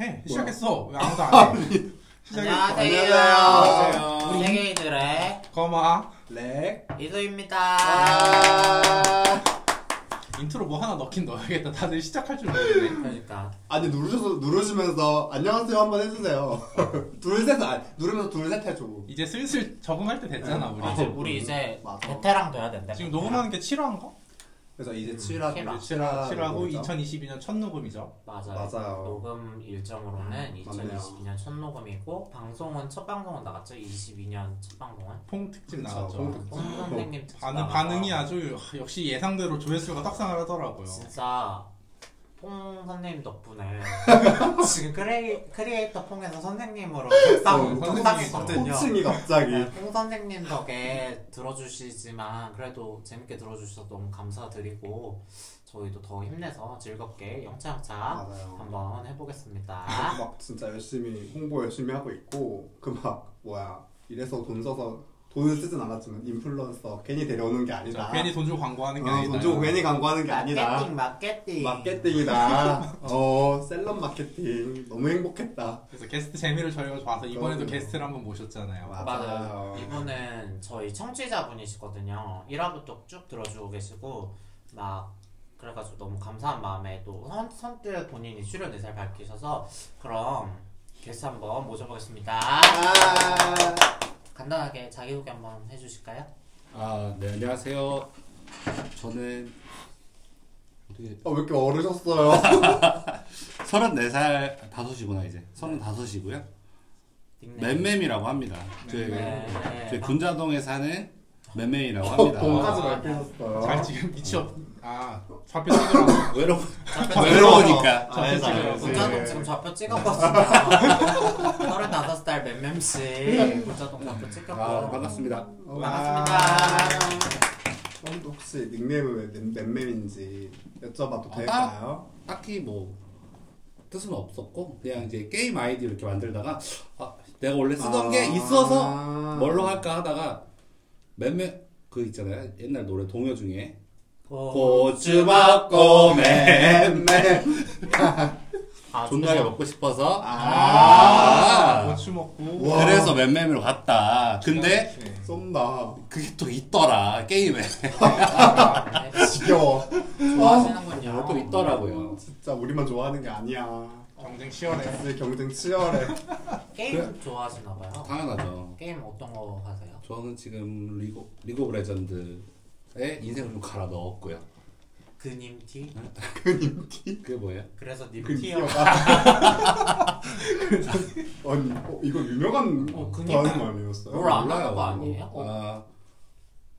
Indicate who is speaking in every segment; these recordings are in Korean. Speaker 1: 해 시작했어 왜 아무도 안 해? 시작했어
Speaker 2: 안녕하세요.
Speaker 1: 안녕하세요.
Speaker 2: 우리 세계인들의
Speaker 1: 거마
Speaker 3: 렉.
Speaker 2: 이소입니다.
Speaker 3: 아.
Speaker 1: 인트로 뭐 하나 넣긴 넣어야겠다 다들 시작할 줄 모르네
Speaker 2: 그러니까
Speaker 3: 아니 누르셔서 누르시면서 안녕하세요 한번 해주세요. 둘셋 아, 누르면서 둘셋 해줘.
Speaker 1: 이제 슬슬 적응할 때 됐잖아 우리
Speaker 2: 우리 이제, 우리 이제
Speaker 3: 맞아.
Speaker 2: 베테랑 돼야 된다.
Speaker 1: 지금 녹음하는 게 7화인 가
Speaker 3: 그래서 이제 7화
Speaker 2: 칠화.
Speaker 3: 칠화
Speaker 1: 7화고
Speaker 3: 녹음이죠.
Speaker 1: 2022년 첫 녹음이죠
Speaker 2: 맞아.
Speaker 3: 맞아요.
Speaker 2: 녹음 일정으로는 2022년 첫 녹음이고 방송은 첫 방송은 나갔죠. 22년 첫 방송은.
Speaker 1: 퐁 특집
Speaker 3: 그쵸, 퐁
Speaker 1: 나왔죠
Speaker 3: 특집.
Speaker 2: 뽕 선생님 특집
Speaker 1: 어, 반응,
Speaker 2: 나가서
Speaker 1: 반응이 아주 하, 역시 예상대로 조회수가 떡상하더라고요
Speaker 2: 진짜 뽕 선생님 덕분에 지금 크리, 크리에이터 뽕에서
Speaker 3: 어,
Speaker 2: 선생님으로 독상
Speaker 1: 선생님이죠.
Speaker 2: 독상했거든요.
Speaker 3: 호칭이 갑자기.
Speaker 2: 네, 홍 선생님 덕에 들어주시지만 그래도 재밌게 들어주셔서 너무 감사드리고 저희도 더 힘내서 즐겁게 영차영차
Speaker 3: 맞아요.
Speaker 2: 한번 해보겠습니다.
Speaker 3: 막 진짜 열심히 홍보 열심히 하고 있고 그 막 뭐야 이래서 돈 써서 돈은 쓰진 않았지만 인플루언서 괜히 데려오는 게 아니다.
Speaker 1: 자, 괜히 돈 주고 광고하는 게
Speaker 3: 어,
Speaker 1: 아니다
Speaker 3: 돈 주고 괜히 광고하는 게 아니다.
Speaker 2: 마케팅 마케팅
Speaker 3: 마케팅이다. 어, 셀럽 마케팅. 너무 행복했다.
Speaker 1: 그래서 게스트 재미를 저희가 봐서 이번에도
Speaker 3: 그럼요.
Speaker 1: 게스트를 한번 모셨잖아요
Speaker 2: 맞아요. 이분은 저희 청취자분이시거든요. 1화부터 쭉 들어주고 계시고 막 그래가지고 너무 감사한 마음에 또 선, 선뜻 본인이 출연을 잘 밝히셔서 그럼 게스트 한번 모셔보겠습니다.
Speaker 3: 아,
Speaker 2: 간단하게 자기소개 한번 해주실까요?
Speaker 4: 아, 네, 안녕하세요. 저는 어떻게
Speaker 3: 어, 왜 이렇게 어르셨어요?
Speaker 4: 34살 다섯이구나 이제. 35이고요.
Speaker 2: 네.
Speaker 4: 맴맴이라고 합니다. 저희
Speaker 1: 맴맴.
Speaker 4: 저희 군자동에 사는 맴맴이라고
Speaker 3: 돈까지
Speaker 4: 합니다.
Speaker 1: 잘
Speaker 3: 밝히셨어요.
Speaker 1: 지금 미치 없... 아 좌표 찍으라고
Speaker 4: 외로워
Speaker 3: 외로우니까.
Speaker 2: 아,
Speaker 4: 외로우니까.
Speaker 1: 아,
Speaker 2: 네,
Speaker 1: 알지,
Speaker 3: 알지.
Speaker 1: 알지.
Speaker 2: 문자동 지금 좌표 찍었거든요. 35살 몇 명씩 문자동 좌표 찍혔고
Speaker 4: 아, 반갑습니다.
Speaker 3: 어,
Speaker 2: 반갑습니다.
Speaker 3: 어, 근데 혹시 닉네임은 왜 맴맴인지 여쭤봐도
Speaker 4: 아,
Speaker 3: 될까요?
Speaker 4: 딱히 뭐 뜻은 없었고 그냥 이제 게임 아이디 이렇게 만들다가 아, 내가 원래 쓰던 게 있어서 뭘로 할까 하다가 맴맴 그 있잖아요. 옛날 노래 동요 중에 고추 먹고 맴
Speaker 3: 맴맴.
Speaker 2: 아주
Speaker 4: 존나게
Speaker 2: 그냥
Speaker 4: 먹고 싶어서
Speaker 1: 아,
Speaker 4: 아~
Speaker 1: 고추 먹고
Speaker 3: 우와.
Speaker 4: 그래서 맴맴으로 갔다 근데
Speaker 1: 네.
Speaker 3: 쏜다.
Speaker 4: 그게 또 있더라 게임에
Speaker 2: 아.
Speaker 3: 지겨워.
Speaker 2: 네, 좋아하시는군요.
Speaker 4: 또 어, 있더라고요
Speaker 3: 진짜 우리만 좋아하는 게 아니야.
Speaker 1: 경쟁 치열해
Speaker 3: 사실 경쟁 치열해.
Speaker 2: 게임 좋아하시나 봐요.
Speaker 4: 당연하죠
Speaker 2: 게임 어떤 거 하세요?
Speaker 4: 저는 지금 리그, 리그 오브 레전드에 인생을 좀 갈아 넣었고요
Speaker 2: 그님 티?
Speaker 4: 그게 뭐예요?
Speaker 2: 그래서
Speaker 4: 네,
Speaker 2: 님
Speaker 3: 그
Speaker 2: 티요.
Speaker 3: 티어가. 그 아니, 어, 이거 유명한
Speaker 2: 어, 그
Speaker 3: 단어
Speaker 2: 님.
Speaker 3: 아니었어요?
Speaker 2: 뭘 안 하는 거 아니에요?
Speaker 4: 아,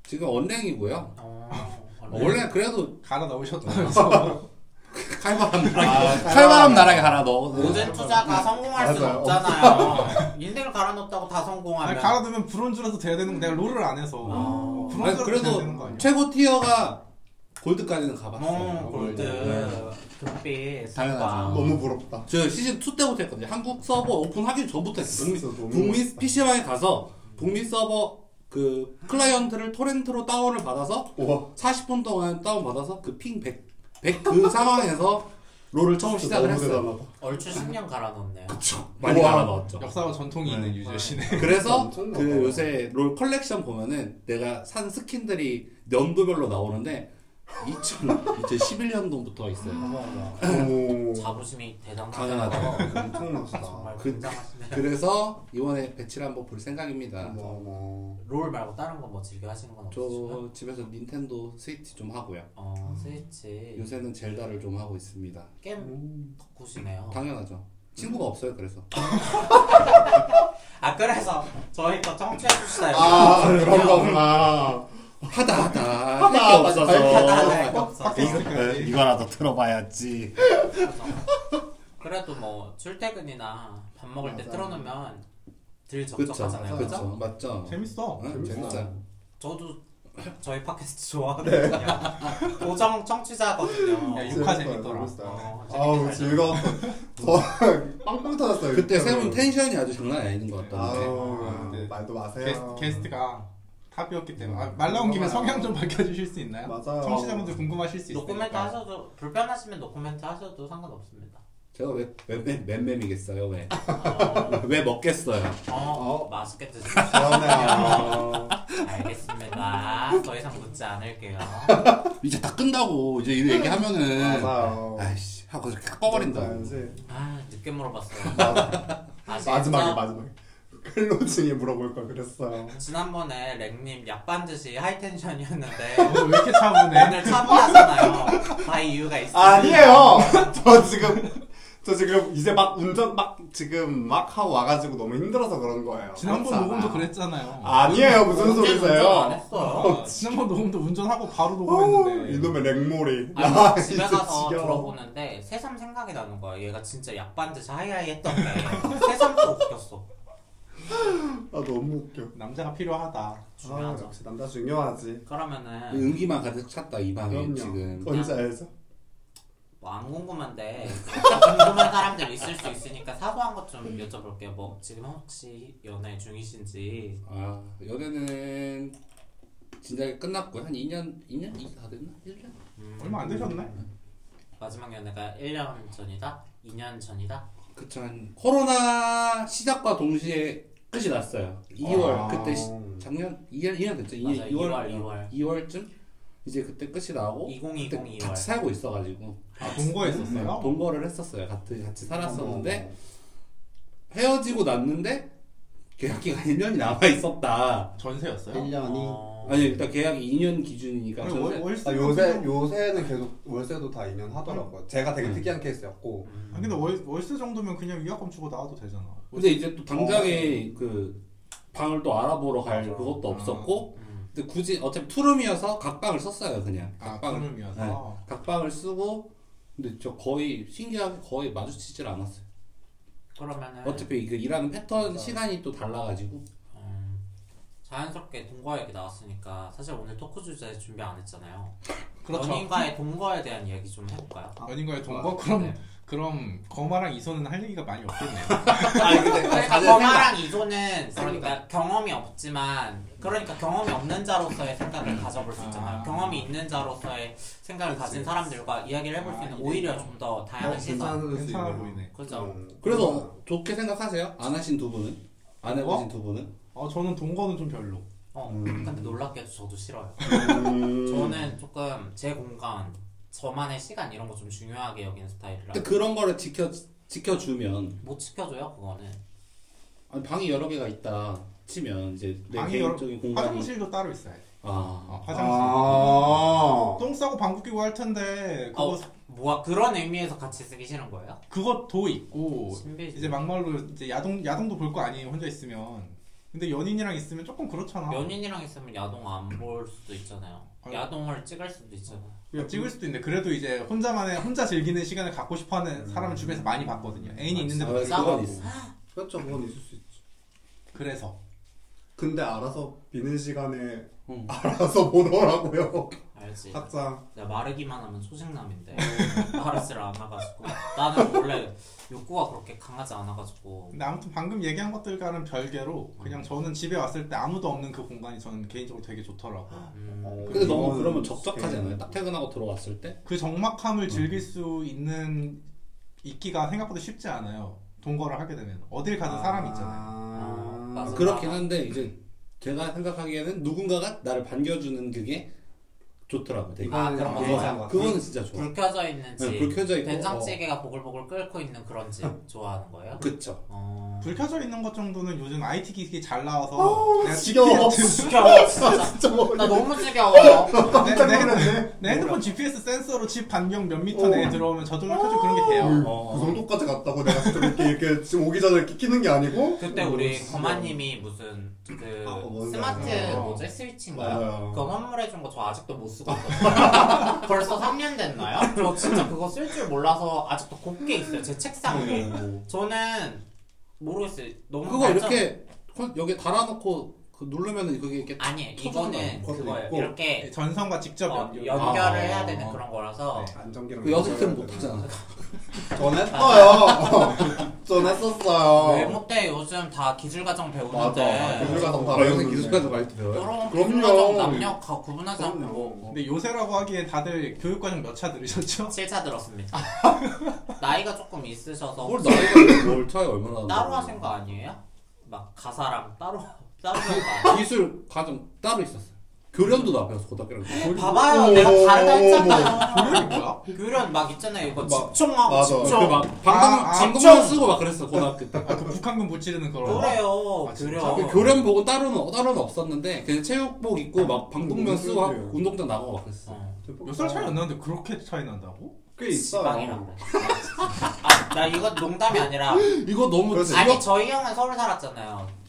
Speaker 4: 지금 언랭이고요
Speaker 2: 어,
Speaker 4: 원래 그래도
Speaker 1: 갈아 어, 넣으셨다면서
Speaker 4: 칼바람
Speaker 2: 아,
Speaker 4: 나라게 칼바람 나라게 갈아 넣어
Speaker 2: 모든 투자가 성공할 수는
Speaker 3: 맞아요.
Speaker 2: 없잖아요. 인생을 갈아넣었다고 다 성공하면
Speaker 1: 아니, 갈아 넣으면 브론즈라도 돼야 되는 거 내가 롤을 안 해서
Speaker 2: 아.
Speaker 4: 아니,
Speaker 1: 브론즈라도 돼야 되는 거
Speaker 4: 그래도
Speaker 1: 아니야
Speaker 4: 최고 티어가 골드까지는 가봤어요
Speaker 2: 어, 골드,
Speaker 4: 네.
Speaker 2: 금빛,
Speaker 4: 당연하죠.
Speaker 2: 상
Speaker 3: 너무 부럽다.
Speaker 4: 저 시즌 2 때부터 했거든요. 한국 서버 오픈하기 전부터 했어요. 북미,
Speaker 3: 진짜 너무
Speaker 4: 북미
Speaker 3: 멋있다.
Speaker 4: PC방에 가서 북미 서버 그 클라이언트를 토렌트로 다운을 받아서
Speaker 3: 우와.
Speaker 4: 40분 동안 다운 받아서 그 핑 100, 100그 상황에서 롤을 처음
Speaker 3: 진짜
Speaker 4: 시작을
Speaker 3: 너무
Speaker 4: 했어요.
Speaker 3: 대단하다.
Speaker 2: 얼추 10년 갈아넣네요.
Speaker 4: 그쵸. 많이
Speaker 3: 우와.
Speaker 4: 갈아 넣었죠.
Speaker 1: 역사와 전통이
Speaker 4: 네.
Speaker 1: 있는 유저시네
Speaker 4: 그래서
Speaker 3: 엄청나다.
Speaker 4: 그 요새 롤 컬렉션 보면은 내가 산 스킨들이 연도별로 나오는데 2000, 2011년도부터 있어요.
Speaker 3: 오,
Speaker 2: 자부심이 대단하네요.
Speaker 4: 당연하죠.
Speaker 3: 엄청나다.
Speaker 2: 정말
Speaker 4: 그-
Speaker 2: 굉장하시네요.
Speaker 4: 그래서 이번에 배치를 한번 볼 생각입니다.
Speaker 3: 어머, 어머.
Speaker 2: 롤 말고 다른 거 뭐 즐겨 하시는 건 없으시죠?
Speaker 4: 저 집에서 닌텐도 스위치 좀 하고요.
Speaker 2: 어, 스위치.
Speaker 4: 음. 요새는 젤다를 좀 하고 있습니다.
Speaker 2: 게임
Speaker 3: 음.
Speaker 2: 덕후시네요.
Speaker 4: 당연하죠. 친구가 없어요, 그래서.
Speaker 2: 아, 그래서 저희 거 청취해주시다.
Speaker 3: 아, 그런 거구나.
Speaker 4: 아. 하다 하다
Speaker 3: 하다 하다
Speaker 4: 할게
Speaker 2: 아,
Speaker 3: 하다
Speaker 4: 없어서
Speaker 3: 하다.
Speaker 4: 아, 이거,
Speaker 1: 네.
Speaker 4: 이거라도 들어봐야지.
Speaker 2: 그래도 뭐 출퇴근이나 밥 먹을 때
Speaker 3: 맞아.
Speaker 2: 틀어놓으면 들
Speaker 4: 그쵸,
Speaker 2: 적적하잖아요.
Speaker 4: 그쵸,
Speaker 2: 그죠?
Speaker 4: 맞죠.
Speaker 1: 재밌어
Speaker 4: 응?
Speaker 3: 재밌다.
Speaker 4: 재밌죠.
Speaker 2: 저도 저희 팟캐스트 좋아하거든요. 고정 청취자거든요.
Speaker 1: 야,
Speaker 3: 재밌어요,
Speaker 1: 육화 재밌더라.
Speaker 3: 재밌어요.
Speaker 2: 어,
Speaker 3: 네. 그러니까 아우, 즐거웠어. 저 빵빵 터졌어요.
Speaker 4: 그때
Speaker 3: 이렇게.
Speaker 4: 세운 텐션이 아주 장난 아닌 것 같던데.
Speaker 3: 아우,
Speaker 1: 네.
Speaker 3: 말도 마세요.
Speaker 1: 게스트, 게스트가 탑이었기 때문에 아, 말 나온 김에
Speaker 3: 맞아요.
Speaker 1: 성향 좀 밝혀주실 수 있나요?
Speaker 3: 맞아요.
Speaker 1: 청취자분들 궁금하실 수 있어요
Speaker 2: 노코멘트 하셔도 불편하시면 노코멘트 하셔도 상관없습니다.
Speaker 4: 제가 왜, 왜, 왜 맴맴이겠어요? 왜? 왜 먹겠어요?
Speaker 2: 어, 어,
Speaker 3: 어.
Speaker 2: 맛있게 드세요.
Speaker 3: 그러네요.
Speaker 2: 알겠습니다. 더 이상 묻지 않을게요.
Speaker 4: 이제 다 끈다고 이제 이 얘기하면은
Speaker 3: 맞아요.
Speaker 4: 아이씨 하고 이렇게 꺼버린다.
Speaker 3: 뭔지.
Speaker 2: 아, 늦게 물어봤어요.
Speaker 3: 맞아.
Speaker 2: 아시겠죠?
Speaker 3: 마지막에 마지막에 클로징에 물어볼 걸 그랬어요.
Speaker 2: 지난번에 랭님 약 반드시 하이텐션이었는데
Speaker 1: 어, 왜 이렇게 차분해?
Speaker 2: 오늘 차분하잖아요. 다 이유가 있어요.
Speaker 3: 네. 아니에요. 저 지금 저 지금 이제 막 운전 막 지금 막 하고 와가지고 너무 힘들어서 그런 거예요.
Speaker 1: 지난번
Speaker 3: 그렇지
Speaker 1: 녹음도
Speaker 3: 않아.
Speaker 1: 그랬잖아요.
Speaker 3: 아니에요 무슨
Speaker 2: 언제 운전 안
Speaker 3: 소리세요?
Speaker 2: 했어요.
Speaker 1: 어, 지난번 녹음도 운전하고 바로
Speaker 3: 어우,
Speaker 1: 녹음했는데.
Speaker 3: 이놈의 랭몰이. 야,
Speaker 2: 아니, 집에
Speaker 3: 진짜
Speaker 2: 가서
Speaker 3: 지겨워.
Speaker 2: 들어보는데 새삼 생각이 나는 거야. 얘가 진짜 약 반드시 하이하이 했던 게 새삼 또 웃겼어.
Speaker 3: 아 너무 웃겨.
Speaker 1: 남자가 필요하다.
Speaker 3: 아,
Speaker 2: 중요하죠.
Speaker 3: 역시 남자 중요하지.
Speaker 2: 그러면은
Speaker 4: 은기만 가득 찼다 이 방에
Speaker 3: 그럼요.
Speaker 4: 지금.
Speaker 3: 뭔지 알죠?
Speaker 2: 뭐 안 궁금한데 궁금한 사람들 있을 수 있으니까 사소한 것 좀 여쭤볼게요. 뭐 지금 혹시 연애 중이신지
Speaker 4: 아 연애는 진작에 끝났고요. 한 2년 2년 이- 다 됐나? 1년?
Speaker 2: 음,
Speaker 1: 얼마 안 되셨네?
Speaker 2: 마지막 연애가 1년 전이다? 2년 전이다?
Speaker 4: 그쵸 한 코로나 시작과 동시에 끝이 났어요. 2월
Speaker 3: 아.
Speaker 4: 그때 시, 작년 2년 2년 됐죠. 2년
Speaker 2: 맞아요.
Speaker 4: 2월
Speaker 2: 2월.
Speaker 4: 2월쯤 이제 그때 끝이 나고
Speaker 2: 2020
Speaker 4: 그때
Speaker 2: 2월.
Speaker 4: 같이 살고 있어가지고 음,
Speaker 1: 아, 동거했었어요?
Speaker 4: 동거를 했었어요. 같이 같이 살았었는데 헤어지고 났는데 계약 기간 1년이 남아 있었다.
Speaker 1: 전세였어요? 그러니까
Speaker 3: 1년이.
Speaker 2: 어,
Speaker 4: 아니 일단 계약이 2년 기준이니까
Speaker 1: 음. 아니,
Speaker 4: 저는
Speaker 1: 월, 월세 음.
Speaker 3: 아, 요새 요새는 계속 월세도 다 2년 하더라고요. 제가 되게
Speaker 4: 음.
Speaker 3: 특이한 케이스였고.
Speaker 2: 음.
Speaker 1: 아 근데 월, 월세 정도면 그냥 위약금 주고 나와도 되잖아.
Speaker 4: 근데 이제 또 당장에 그 방을 또 알아보러 갈
Speaker 3: 맞아.
Speaker 4: 그것도
Speaker 1: 어. 아.
Speaker 4: 없었고
Speaker 2: 음.
Speaker 4: 근데 굳이 어차피 투룸이어서 각방을 썼어요 그냥
Speaker 1: 아,
Speaker 4: 각방을 네.
Speaker 1: 방금이어서.
Speaker 4: 각방을 쓰고 근데 저 거의 신기하게 거의 마주치질 않았어요
Speaker 2: 그러면은
Speaker 4: 어차피 그 일하는 패턴
Speaker 3: 맞아.
Speaker 4: 시간이 또 달라가지고
Speaker 2: 음, 자연스럽게 동거 얘기 나왔으니까 사실 오늘 토크 주제 준비 안 했잖아요.
Speaker 1: 그렇죠.
Speaker 2: 연인과의 동거에 대한 이야기 좀 해볼까요?
Speaker 1: 연인과의 동거?
Speaker 3: 아,
Speaker 1: 그럼,
Speaker 2: 네.
Speaker 1: 그럼, 거마랑 이소는 할 얘기가 많이 없겠네요.
Speaker 4: 아니 근데
Speaker 2: 그러니까
Speaker 4: 다들
Speaker 2: 범아랑 이조는 그러니까 경험이 없지만 그러니까 경험이 없는 자로서의 생각을 가져볼 수 있잖아요.
Speaker 1: 아.
Speaker 2: 경험이 있는 자로서의 생각을 가진 사람들과 이야기를 해볼 수
Speaker 1: 아,
Speaker 2: 있는
Speaker 1: 이래.
Speaker 2: 오히려 좀 더
Speaker 3: 어,
Speaker 2: 다양한 시선.
Speaker 1: 괜찮아 보이네.
Speaker 2: 그죠?
Speaker 3: 음,
Speaker 4: 그래서 좋게 생각하세요? 안 하신 두 분은? 안 해보신 두 분은?
Speaker 1: 어, 저는 동거는 좀 별로.
Speaker 2: 어.
Speaker 4: 음.
Speaker 2: 근데 놀랍게도 저도 싫어요.
Speaker 3: 음.
Speaker 2: 저는 조금 제 공간, 저만의 시간 이런 거 좀 중요하게 여기는 스타일이라
Speaker 4: 근데 그런 거를 지켜, 지켜주면
Speaker 2: 못 지켜줘요 그거는.
Speaker 4: 아니, 방이 여러 개가 있다 치면 이제 내
Speaker 1: 방이 여러-
Speaker 4: 개인적인 공간이
Speaker 1: 화장실도 따로 있어야 돼.
Speaker 4: 아
Speaker 1: 어, 화장실.
Speaker 3: 아.
Speaker 1: 똥 싸고 방귀 끼고 할 텐데, 그거,
Speaker 2: 어, 뭐야 그런 의미에서 같이 쓰기 싫은 거예요?
Speaker 1: 그것도 있고,
Speaker 2: 신비지.
Speaker 1: 이제 막말로 이제 야동, 야동도 볼 거 아니에요, 혼자 있으면. 근데 연인이랑 있으면 조금 그렇잖아.
Speaker 2: 연인이랑 있으면 야동 안 볼 수도 있잖아요.
Speaker 1: 아니.
Speaker 2: 야동을 찍을 수도 있잖아. 요
Speaker 1: 그냥 찍을 수도 있는데, 그래도 이제 혼자만의, 혼자 즐기는 시간을 갖고 싶어 하는 사람을 주변에서 많이 봤거든요. 애인이
Speaker 4: 아,
Speaker 1: 있는데도
Speaker 4: 진짜?
Speaker 1: 불구하고.
Speaker 4: 그건 있어.
Speaker 3: 그렇죠. 그건 있을 수 있지.
Speaker 1: 그래서.
Speaker 3: 근데 알아서 비는 시간에
Speaker 4: 응.
Speaker 3: 알아서 보더라고요.
Speaker 2: 알지?
Speaker 3: 각자.
Speaker 2: 내가 마르기만 하면 소식남인데 마르지를 않아가지고 나는 원래 욕구가 그렇게 강하지 않아가지고
Speaker 1: 근데 아무튼 방금 얘기한 것들과는 별개로, 그냥 저는 집에 왔을 때 아무도 없는 그 공간이 저는 개인적으로 되게 좋더라고요.
Speaker 2: 음,
Speaker 4: 근데 너무
Speaker 3: 어, 이거는
Speaker 4: 그러면 적적하지
Speaker 1: 네.
Speaker 3: 스케일.
Speaker 4: 않아요? 딱 퇴근하고 들어왔을 때?
Speaker 1: 그 적막함을 즐길 수 있는 있기가 생각보다 쉽지 않아요. 동거를 하게 되면 어딜 가든 사람이 있잖아요.
Speaker 3: 아,
Speaker 2: 맞아.
Speaker 4: 그렇긴 한데 이제 제가 생각하기에는 누군가가 나를 반겨주는 그게 좋더라고요 되게
Speaker 2: 아, 그런 거
Speaker 4: 그거-
Speaker 2: 좋아요.
Speaker 4: 그거는 진짜 좋아
Speaker 2: 불 켜져 있는 집
Speaker 4: 네, 불 켜져 있고,
Speaker 2: 된장찌개가 보글보글 끓고 있는 그런 집 좋아하는 거예요?
Speaker 4: 그쵸
Speaker 2: 어...
Speaker 1: 불 켜져 있는 것 정도는 요즘 IT 기기 잘 나와서
Speaker 3: 어우,
Speaker 1: 내가
Speaker 3: 지겨워.
Speaker 1: GPS
Speaker 2: 지겨워 진짜
Speaker 3: 진짜 뭐.
Speaker 2: 나 너무 지겨워
Speaker 1: 내,
Speaker 3: 깜짝
Speaker 1: 내,
Speaker 3: 놀랐네.
Speaker 1: 내 핸드폰 GPS 센서로 집 반경 몇 미터
Speaker 3: 어.
Speaker 1: 내에 들어오면 저절로 켜지고 그런 게 돼요.
Speaker 3: 음,
Speaker 2: 어.
Speaker 3: 그 정도까지 갔다고 내가 지금 이렇게, 이렇게 지금 오기 전에 이렇게 키는 게 아니고
Speaker 2: 그때
Speaker 3: 어,
Speaker 2: 우리
Speaker 3: 진짜.
Speaker 2: 거마님이 무슨 그
Speaker 3: 아, 뭔지
Speaker 2: 스마트
Speaker 1: 알아요.
Speaker 2: 뭐지 스위치인가요?
Speaker 3: 맞아요
Speaker 2: 그거 선물해준 거 저 아직도 못 쓰고 있거든요. 벌써 3년 됐나요? 저 진짜 그거 쓸 줄 몰라서 아직도 곱게 있어요 제 책상 위에.
Speaker 3: 음.
Speaker 2: 저는 모르겠어요. 너무
Speaker 4: 네. 그거
Speaker 2: 발전-
Speaker 4: 이렇게 콘- 여기 달아놓고 그 누르면은 그게 이렇게
Speaker 2: 아니
Speaker 4: 터져나요.
Speaker 2: 이거는
Speaker 3: 그것도
Speaker 2: 그거예요.
Speaker 3: 있고.
Speaker 2: 이렇게
Speaker 1: 전선과 직접
Speaker 2: 어,
Speaker 1: 연결.
Speaker 2: 연결을
Speaker 4: 아.
Speaker 2: 해야 되는 그런 거라서 아.
Speaker 1: 네.
Speaker 3: 안정기랑
Speaker 4: 그 여자들은
Speaker 3: 연결해야
Speaker 4: 못하잖아
Speaker 3: 되는. 전 했어요 전 했었어요
Speaker 2: 외모 때 요즘 다 기술 과정
Speaker 3: 맞아
Speaker 2: 배우는데
Speaker 3: 기술 가서
Speaker 4: 아,
Speaker 3: 바로
Speaker 4: 요새
Speaker 3: 해보는데.
Speaker 4: 기술까지 많이 배워요?
Speaker 2: 그런
Speaker 3: 그럼요.
Speaker 2: 기술 과정 남녀 가 구분하지 않고
Speaker 3: 그럼요
Speaker 1: 근데 요새라고 하기엔 다들 교육과정 몇 차 들으셨죠?
Speaker 2: 7차 들었습니다. 나이가 조금 있으셔서
Speaker 4: 뭘 나이가 뭘 차이 얼마나
Speaker 2: 따로 하신 거 아니에요? 막 가사랑 따로 따로 한거 아니에요?
Speaker 4: 기술 과정 따로 있었어요. 교련도 나 배웠어 고등학교랑.
Speaker 2: 봐봐요
Speaker 3: 어머,
Speaker 2: 내가 다르다
Speaker 3: 어머,
Speaker 2: 했잖아
Speaker 1: 그게 뭐야?
Speaker 2: 교련 막 있잖아요 이거
Speaker 3: 막,
Speaker 2: 집중하고
Speaker 3: 맞아.
Speaker 2: 집중
Speaker 4: 그막 방금
Speaker 1: 아, 아,
Speaker 4: 방금만 쓰고 막 그랬어 고등학교 때.
Speaker 1: 아, 그 북한군 못 지르는 그런.
Speaker 2: 그래요
Speaker 1: 아, 진짜?
Speaker 2: 교련
Speaker 4: 그 교련 보고 따로는 따로는 없었는데 그냥 체육복 입고 막 방독면 쓰고 하-
Speaker 3: 그래요.
Speaker 4: 운동장 나가고 막 그랬어.
Speaker 2: 아, 어.
Speaker 1: 몇살 차이 안 나는데 그렇게 차이 난다고?
Speaker 3: 꽤
Speaker 2: 지방이란다
Speaker 3: 있어요.
Speaker 2: 아, 나 이거 농담이 아니라
Speaker 4: 이거 너무
Speaker 3: 그래서
Speaker 4: 이거-
Speaker 2: 아니 저희 형은 서울 살았잖아요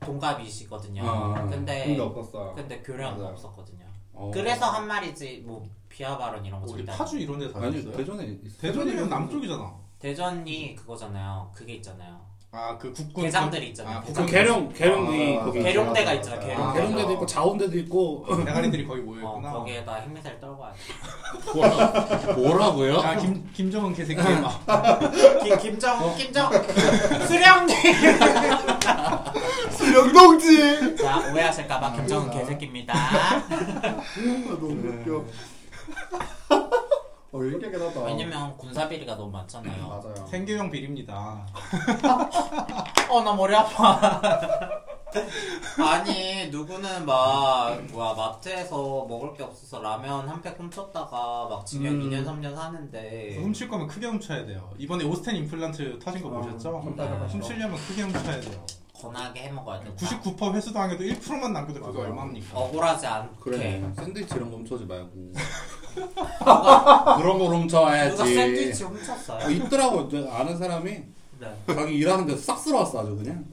Speaker 2: 동갑이시거든요
Speaker 4: 아,
Speaker 2: 근데
Speaker 3: 근데 없었어요.
Speaker 2: 근데 교련
Speaker 3: 맞아요.
Speaker 2: 없었거든요
Speaker 4: 어.
Speaker 2: 그래서 한 말이지 뭐 비하 발언 이런 거
Speaker 1: 어디
Speaker 2: 절대 안
Speaker 1: 파주 이런 데
Speaker 4: 아니
Speaker 1: 다녔어요?
Speaker 4: 대전에 있-
Speaker 1: 대전이면 남쪽이잖아.
Speaker 2: 대전이 그거잖아요. 그게 있잖아요.
Speaker 1: 아, 그 국군.
Speaker 2: 대장들이 있잖아요.
Speaker 1: 아,
Speaker 4: 그
Speaker 1: 국군
Speaker 4: 계룡 계룡이
Speaker 3: 아,
Speaker 4: 거기
Speaker 3: 맞아, 맞아,
Speaker 2: 계룡대가 있잖아,
Speaker 3: 맞아.
Speaker 2: 계룡대.
Speaker 3: 아,
Speaker 4: 계룡대도
Speaker 3: 맞아.
Speaker 4: 있고 자원대도 있고
Speaker 1: 대가리들이 거기
Speaker 2: 어,
Speaker 1: 모여있구나.
Speaker 2: 거기에다 흰미사일 떨고 와야 돼.
Speaker 4: 뭐라고요?
Speaker 1: 야, 김, 김정은 개새끼야.
Speaker 2: 김, 김정, 김정, 수령님!
Speaker 3: 수령동지.
Speaker 2: 자, 오해하실까봐 김정은 개새끼입니다.
Speaker 3: 너무 웃겨. 어 얘기하긴 하다.
Speaker 2: 왜냐면 군사비리가 너무 많잖아요.
Speaker 3: 맞아요.
Speaker 1: 생계형 비리입니다.
Speaker 2: 어, 나 머리 아파. 아니, 누구는 막, 뭐야, 마트에서 먹을 게 없어서 라면 한 팩 훔쳤다가 막 징역
Speaker 3: 음.
Speaker 2: 2년, 3년 사는데.
Speaker 1: 훔칠 거면 크게 훔쳐야 돼요. 이번에 오스텐 임플란트 타신 거
Speaker 3: 아,
Speaker 1: 보셨죠?
Speaker 3: 훔쳤다가
Speaker 1: 훔치려면 크게 훔쳐야 돼요.
Speaker 2: 건하게 해 먹어야 된다.
Speaker 1: 99% 회수당해도 1%만 남겨도 그게
Speaker 3: 맞아요.
Speaker 1: 얼마입니까?
Speaker 2: 억울하지 않게.
Speaker 4: 그래 샌드위치 이런 거 훔쳐지 말고 그런 걸 훔쳐와야지
Speaker 2: 누가 샌드위치
Speaker 4: 어,
Speaker 2: 훔쳤어요?
Speaker 4: 있더라고 내가 아는 사람이
Speaker 2: 네.
Speaker 4: 자기 일하는 데서 싹 쓸어왔어 아주 그냥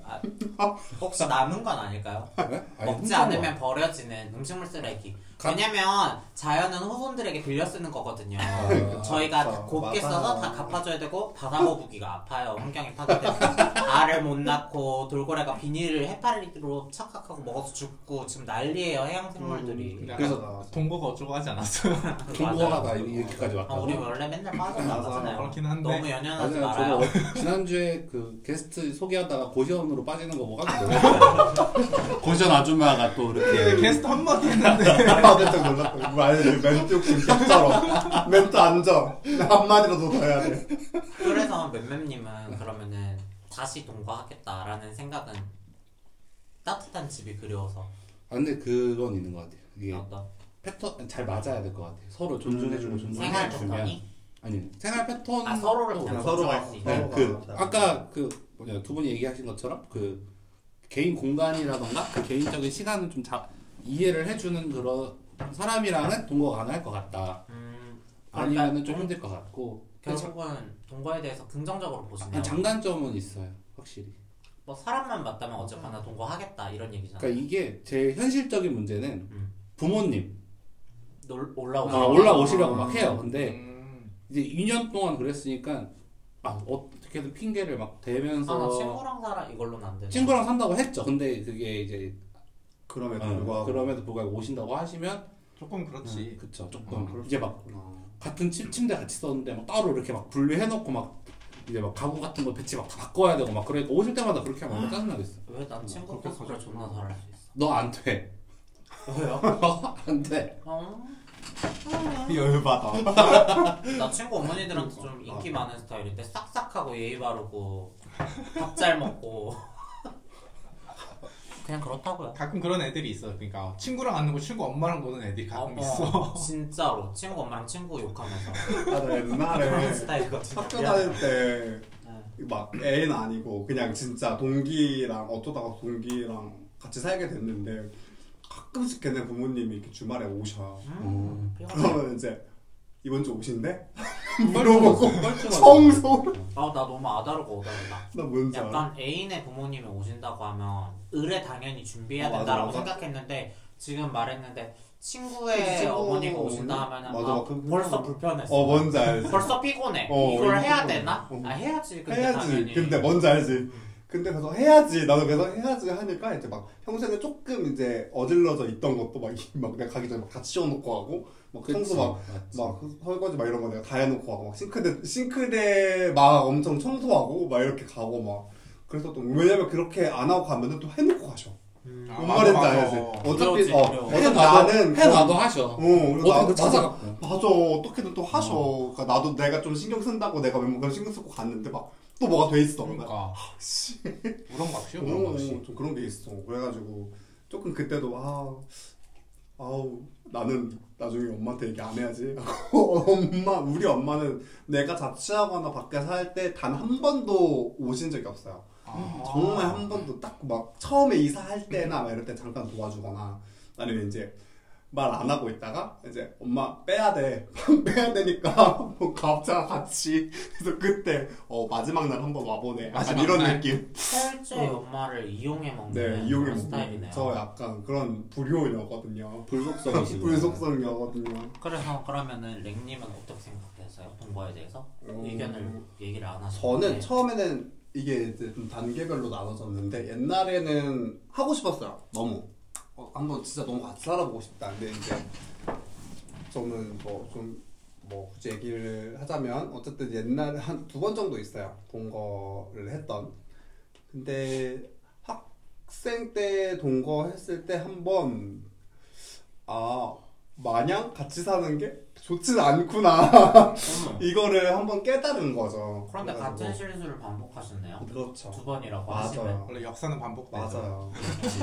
Speaker 2: 아, 혹시 남은 건 아닐까요?
Speaker 4: 네? 아니,
Speaker 2: 먹지
Speaker 4: 훔쳐와.
Speaker 2: 않으면 버려지는 음식물 쓰레기.
Speaker 4: 가-
Speaker 2: 왜냐면 자연은 후손들에게 빌려 쓰는 거거든요.
Speaker 4: 아,
Speaker 2: 그 저희가
Speaker 3: 맞아.
Speaker 2: 곱게
Speaker 3: 어, 맞아요.
Speaker 2: 써서 다 갚아줘야 되고 바다거북이가 아파요. 환경이 파괴돼서 알을 못 낳고 돌고래가 비닐을 해파리로 착각하고 먹어서 죽고 지금 난리예요 해양생물들이.
Speaker 1: 약간
Speaker 2: 그러니까
Speaker 3: 음, 그래서-
Speaker 1: 동거가 어쩌고 하지 않았어요.
Speaker 4: 정보가 나 이렇게까지
Speaker 2: 아,
Speaker 4: 왔다고
Speaker 2: 우리 원래 맨날 빠져나가잖아요.
Speaker 1: 그렇긴 한데.
Speaker 2: 너무 연연하지
Speaker 4: 맞아요.
Speaker 2: 말아요.
Speaker 4: 저도 어- 지난주에 그 게스트 소개하다가 고시원으로 빠지는 거 보고 깜짝 놀랐어요. 고시원 아줌마가 또 이렇게
Speaker 1: 네, 게스트 한마디 했는데.
Speaker 3: 아, 깜짝 놀랐다. 말을 멘트 욕심 겹처럼. 멘트 안정. 한마디라도 더 해야 돼.
Speaker 2: 그래서 맴맴님은 그러면은 다시 동거하겠다라는 생각은 따뜻한 집이 그리워서
Speaker 4: 아, 근데 그건 있는 것 같아요. 이게
Speaker 2: 어떤
Speaker 4: 패턴 잘 맞아야 될 것 같아요. 서로 존중해주고
Speaker 3: 음,
Speaker 2: 생활
Speaker 4: 존중해주면 음,
Speaker 2: 패턴이
Speaker 4: 아니 생활 패턴
Speaker 2: 아 서로를
Speaker 4: 또-
Speaker 2: 그냥
Speaker 3: 서로가
Speaker 2: 존중할 수 있는
Speaker 4: 네,
Speaker 3: 서로가
Speaker 4: 그
Speaker 3: 잘-
Speaker 4: 아까 그 뭐냐 두 분이 얘기하신 것처럼 그 개인 공간이라던가 그 개인적인 시간을 좀 자, 이해를 해주는 그런 사람이랑은 동거가 가능할 것 같다.
Speaker 2: 음, 그러니까
Speaker 4: 아니면은 좀
Speaker 2: 동-
Speaker 4: 힘들 것 같고
Speaker 2: 결국은 동거에 대해서 긍정적으로 보시네요.
Speaker 4: 아, 장단점은 있어요 확실히.
Speaker 2: 뭐 사람만 맞다면 어쨌거나 동거하겠다 이런 얘기잖아.
Speaker 4: 그러니까 이게 제일 현실적인 문제는
Speaker 2: 음.
Speaker 4: 부모님
Speaker 2: 놀
Speaker 4: 아,
Speaker 2: 올라오고
Speaker 4: 올라오시라고 막
Speaker 2: 아.
Speaker 4: 해요. 근데
Speaker 1: 음,
Speaker 4: 이제 2년 동안 그랬으니까 막 어떻게든 핑계를 막
Speaker 2: 아나
Speaker 4: 대면서 네.
Speaker 2: 친구랑 살아 이걸로는 안 돼.
Speaker 4: 친구랑 산다고 했죠. 근데 그게 이제
Speaker 3: 그럼에도
Speaker 4: 어,
Speaker 3: 불구하고.
Speaker 4: 그럼에도 불구하고 오신다고 하시면
Speaker 1: 조금 그렇지.
Speaker 4: 그쵸
Speaker 3: 음,
Speaker 4: 조금
Speaker 3: 그렇죠.
Speaker 4: 이제 막 같은 침, 침대 같이 썼는데 막 따로 이렇게 막 분리해놓고 막 이제 막 가구 같은 거 배치 막 다 바꿔야 되고 막 그러니까 오실 때마다 그렇게
Speaker 2: 아.
Speaker 4: 하면 얼마나 짜증나겠어.
Speaker 2: 왜난 친구
Speaker 1: 그렇게
Speaker 2: 코스프레 존나 잘할 수 있어.
Speaker 4: 너 안 돼.
Speaker 2: 왜요?
Speaker 4: 안 돼.
Speaker 2: 어?
Speaker 3: 아, 열받아.
Speaker 2: 나 친구 어머니들한테 좀 인기 많은 스타일인데 싹싹하고 예의 바르고 밥 잘 먹고 그냥 그렇다고요. 어,
Speaker 1: 가끔 그런 애들이 있어. 그러니까 친구랑 안 놀고 친구 엄마랑 노는 애들이 가끔
Speaker 2: 아,
Speaker 1: 있어.
Speaker 2: 진짜로 친구 엄마랑 친구 욕하면서
Speaker 3: 나도
Speaker 2: 그런
Speaker 3: 옛날에
Speaker 2: 스타일이거든요. 네.
Speaker 3: 학교 다닐 때
Speaker 2: 미안해요.
Speaker 3: 막 애는 아니고 그냥 진짜 동기랑 어쩌다가 동기랑 같이 살게 됐는데 가끔씩 걔네 부모님이 이렇게 주말에 오셔.
Speaker 2: 음, 삐걱.
Speaker 3: 그러면 이제 이번 주 오신대? 물어보고
Speaker 4: 물어보고
Speaker 3: 청소.
Speaker 2: 아나 너무 아다르고 어다르다.
Speaker 3: 나 뭔지 알아.
Speaker 2: 약간 애인의 부모님이 오신다고 하면 의뢰 당연히 준비해야
Speaker 3: 어, 맞아,
Speaker 2: 된다라고
Speaker 3: 맞아.
Speaker 2: 생각했는데 지금 말했는데 친구의
Speaker 3: 그치, 친구
Speaker 2: 어머니가 오신다
Speaker 3: 오신-
Speaker 2: 하면은
Speaker 3: 맞아,
Speaker 2: 아,
Speaker 3: 그-
Speaker 2: 벌써
Speaker 3: 그-
Speaker 2: 불편했어.
Speaker 3: 어 뭔지 알지.
Speaker 2: 벌써 피곤해.
Speaker 3: 어,
Speaker 2: 이걸
Speaker 3: 이거
Speaker 2: 해야
Speaker 3: 피곤해.
Speaker 2: 되나?
Speaker 3: 어.
Speaker 2: 아 해야지. 근데
Speaker 3: 해야지.
Speaker 2: 당연히.
Speaker 3: 근데 뭐 뭔지 알지. 근데 그래서 해야지. 나도 그래서 해야지 하니까 이제 막 평소에는 조금 이제 어질러져 있던 것도 막, 이- 막 내가 가기 전에 막 다 치워놓고 하고 막 청소 막, 막 설거지 막 이런 거 내가 다 해놓고 하고 막 싱크대 싱크대 막 엄청 청소하고 막 이렇게 가고 막 그래서 또 왜냐면 그렇게 안 하고 가면은 또 해놓고 가셔.
Speaker 2: 음.
Speaker 1: 아,
Speaker 3: 뭔 말인지
Speaker 1: 맞아,
Speaker 3: 알지?
Speaker 1: 맞아.
Speaker 3: 어차피
Speaker 2: 어려워지,
Speaker 3: 어,
Speaker 2: 어려워.
Speaker 3: 어차피
Speaker 4: 해놔도
Speaker 3: 나는
Speaker 4: 해놔도 하셔.
Speaker 3: 어, 그리고 나, 맞아,
Speaker 4: 어떻게든 찾아갖고.
Speaker 3: 맞아. 어떻게든 또 하셔. 그러니까 나도 내가 좀 신경 쓴다고 내가 몇번 그런 신경 쓰고 갔는데 막 또 뭐가 돼 있어. 나
Speaker 1: 그러니까
Speaker 3: 씨.
Speaker 1: 우렁각시요
Speaker 3: 어,
Speaker 1: 우렁각시
Speaker 3: 좀 그런 게 있어. 그래가지고 조금 그때도 아, 아우 나는 나중에 엄마한테 얘기 안 해야지. 엄마 우리 엄마는 내가 자취하거나 밖에 살 때 단 한 번도 오신 적이 없어요.
Speaker 1: 아,
Speaker 3: 정말 한 번도 딱 막 처음에 이사할 때나 막 이럴 때 잠깐 도와주거나 아니면 이제 말 안 하고 있다가 이제 엄마 빼야 돼. 방 빼야 되니까 뭐 갑자 같이 그래서 그때 어 마지막 날 한번 와보네. 약간
Speaker 1: 마지막
Speaker 3: 이런
Speaker 1: 날.
Speaker 3: 느낌.
Speaker 2: 철저히 엄마를 이용해 먹는
Speaker 3: 어. 네,
Speaker 2: 그런
Speaker 3: 이용해 먹는
Speaker 2: 스타일이네요.
Speaker 3: 저 약간 그런 불효녀거든요.
Speaker 4: 불속성이시고.
Speaker 3: 불속성녀거든요.
Speaker 2: 그래서 그러면은 랭님은 어떻게 생각하세요? 동거에 대해서
Speaker 3: 음.
Speaker 2: 의견을 얘기를 안 하시는데
Speaker 3: 저는 처음에는 이게 이제 좀 단계별로 나눠졌는데 옛날에는 하고 싶었어요. 너무 어, 한번 진짜 너무 같이 살아보고 싶다. 근데 이제 저는 뭐 뭐좀뭐 굳이 얘기를 하자면 어쨌든 옛날에 한 두 번 정도 있어요. 동거를 했던. 근데 학생 때 동거 했을 때 한번 아 마냥 같이 사는 게 좋진 않구나 이거를 한번 깨달은 거죠.
Speaker 2: 음. 그런데
Speaker 3: 그래가지고.
Speaker 2: 같은 실수를 반복하셨네요.
Speaker 3: 그렇죠.
Speaker 2: 두 번이라고 하시면
Speaker 3: 맞아요.
Speaker 1: 원래 역사는 반복돼요
Speaker 3: 맞아요.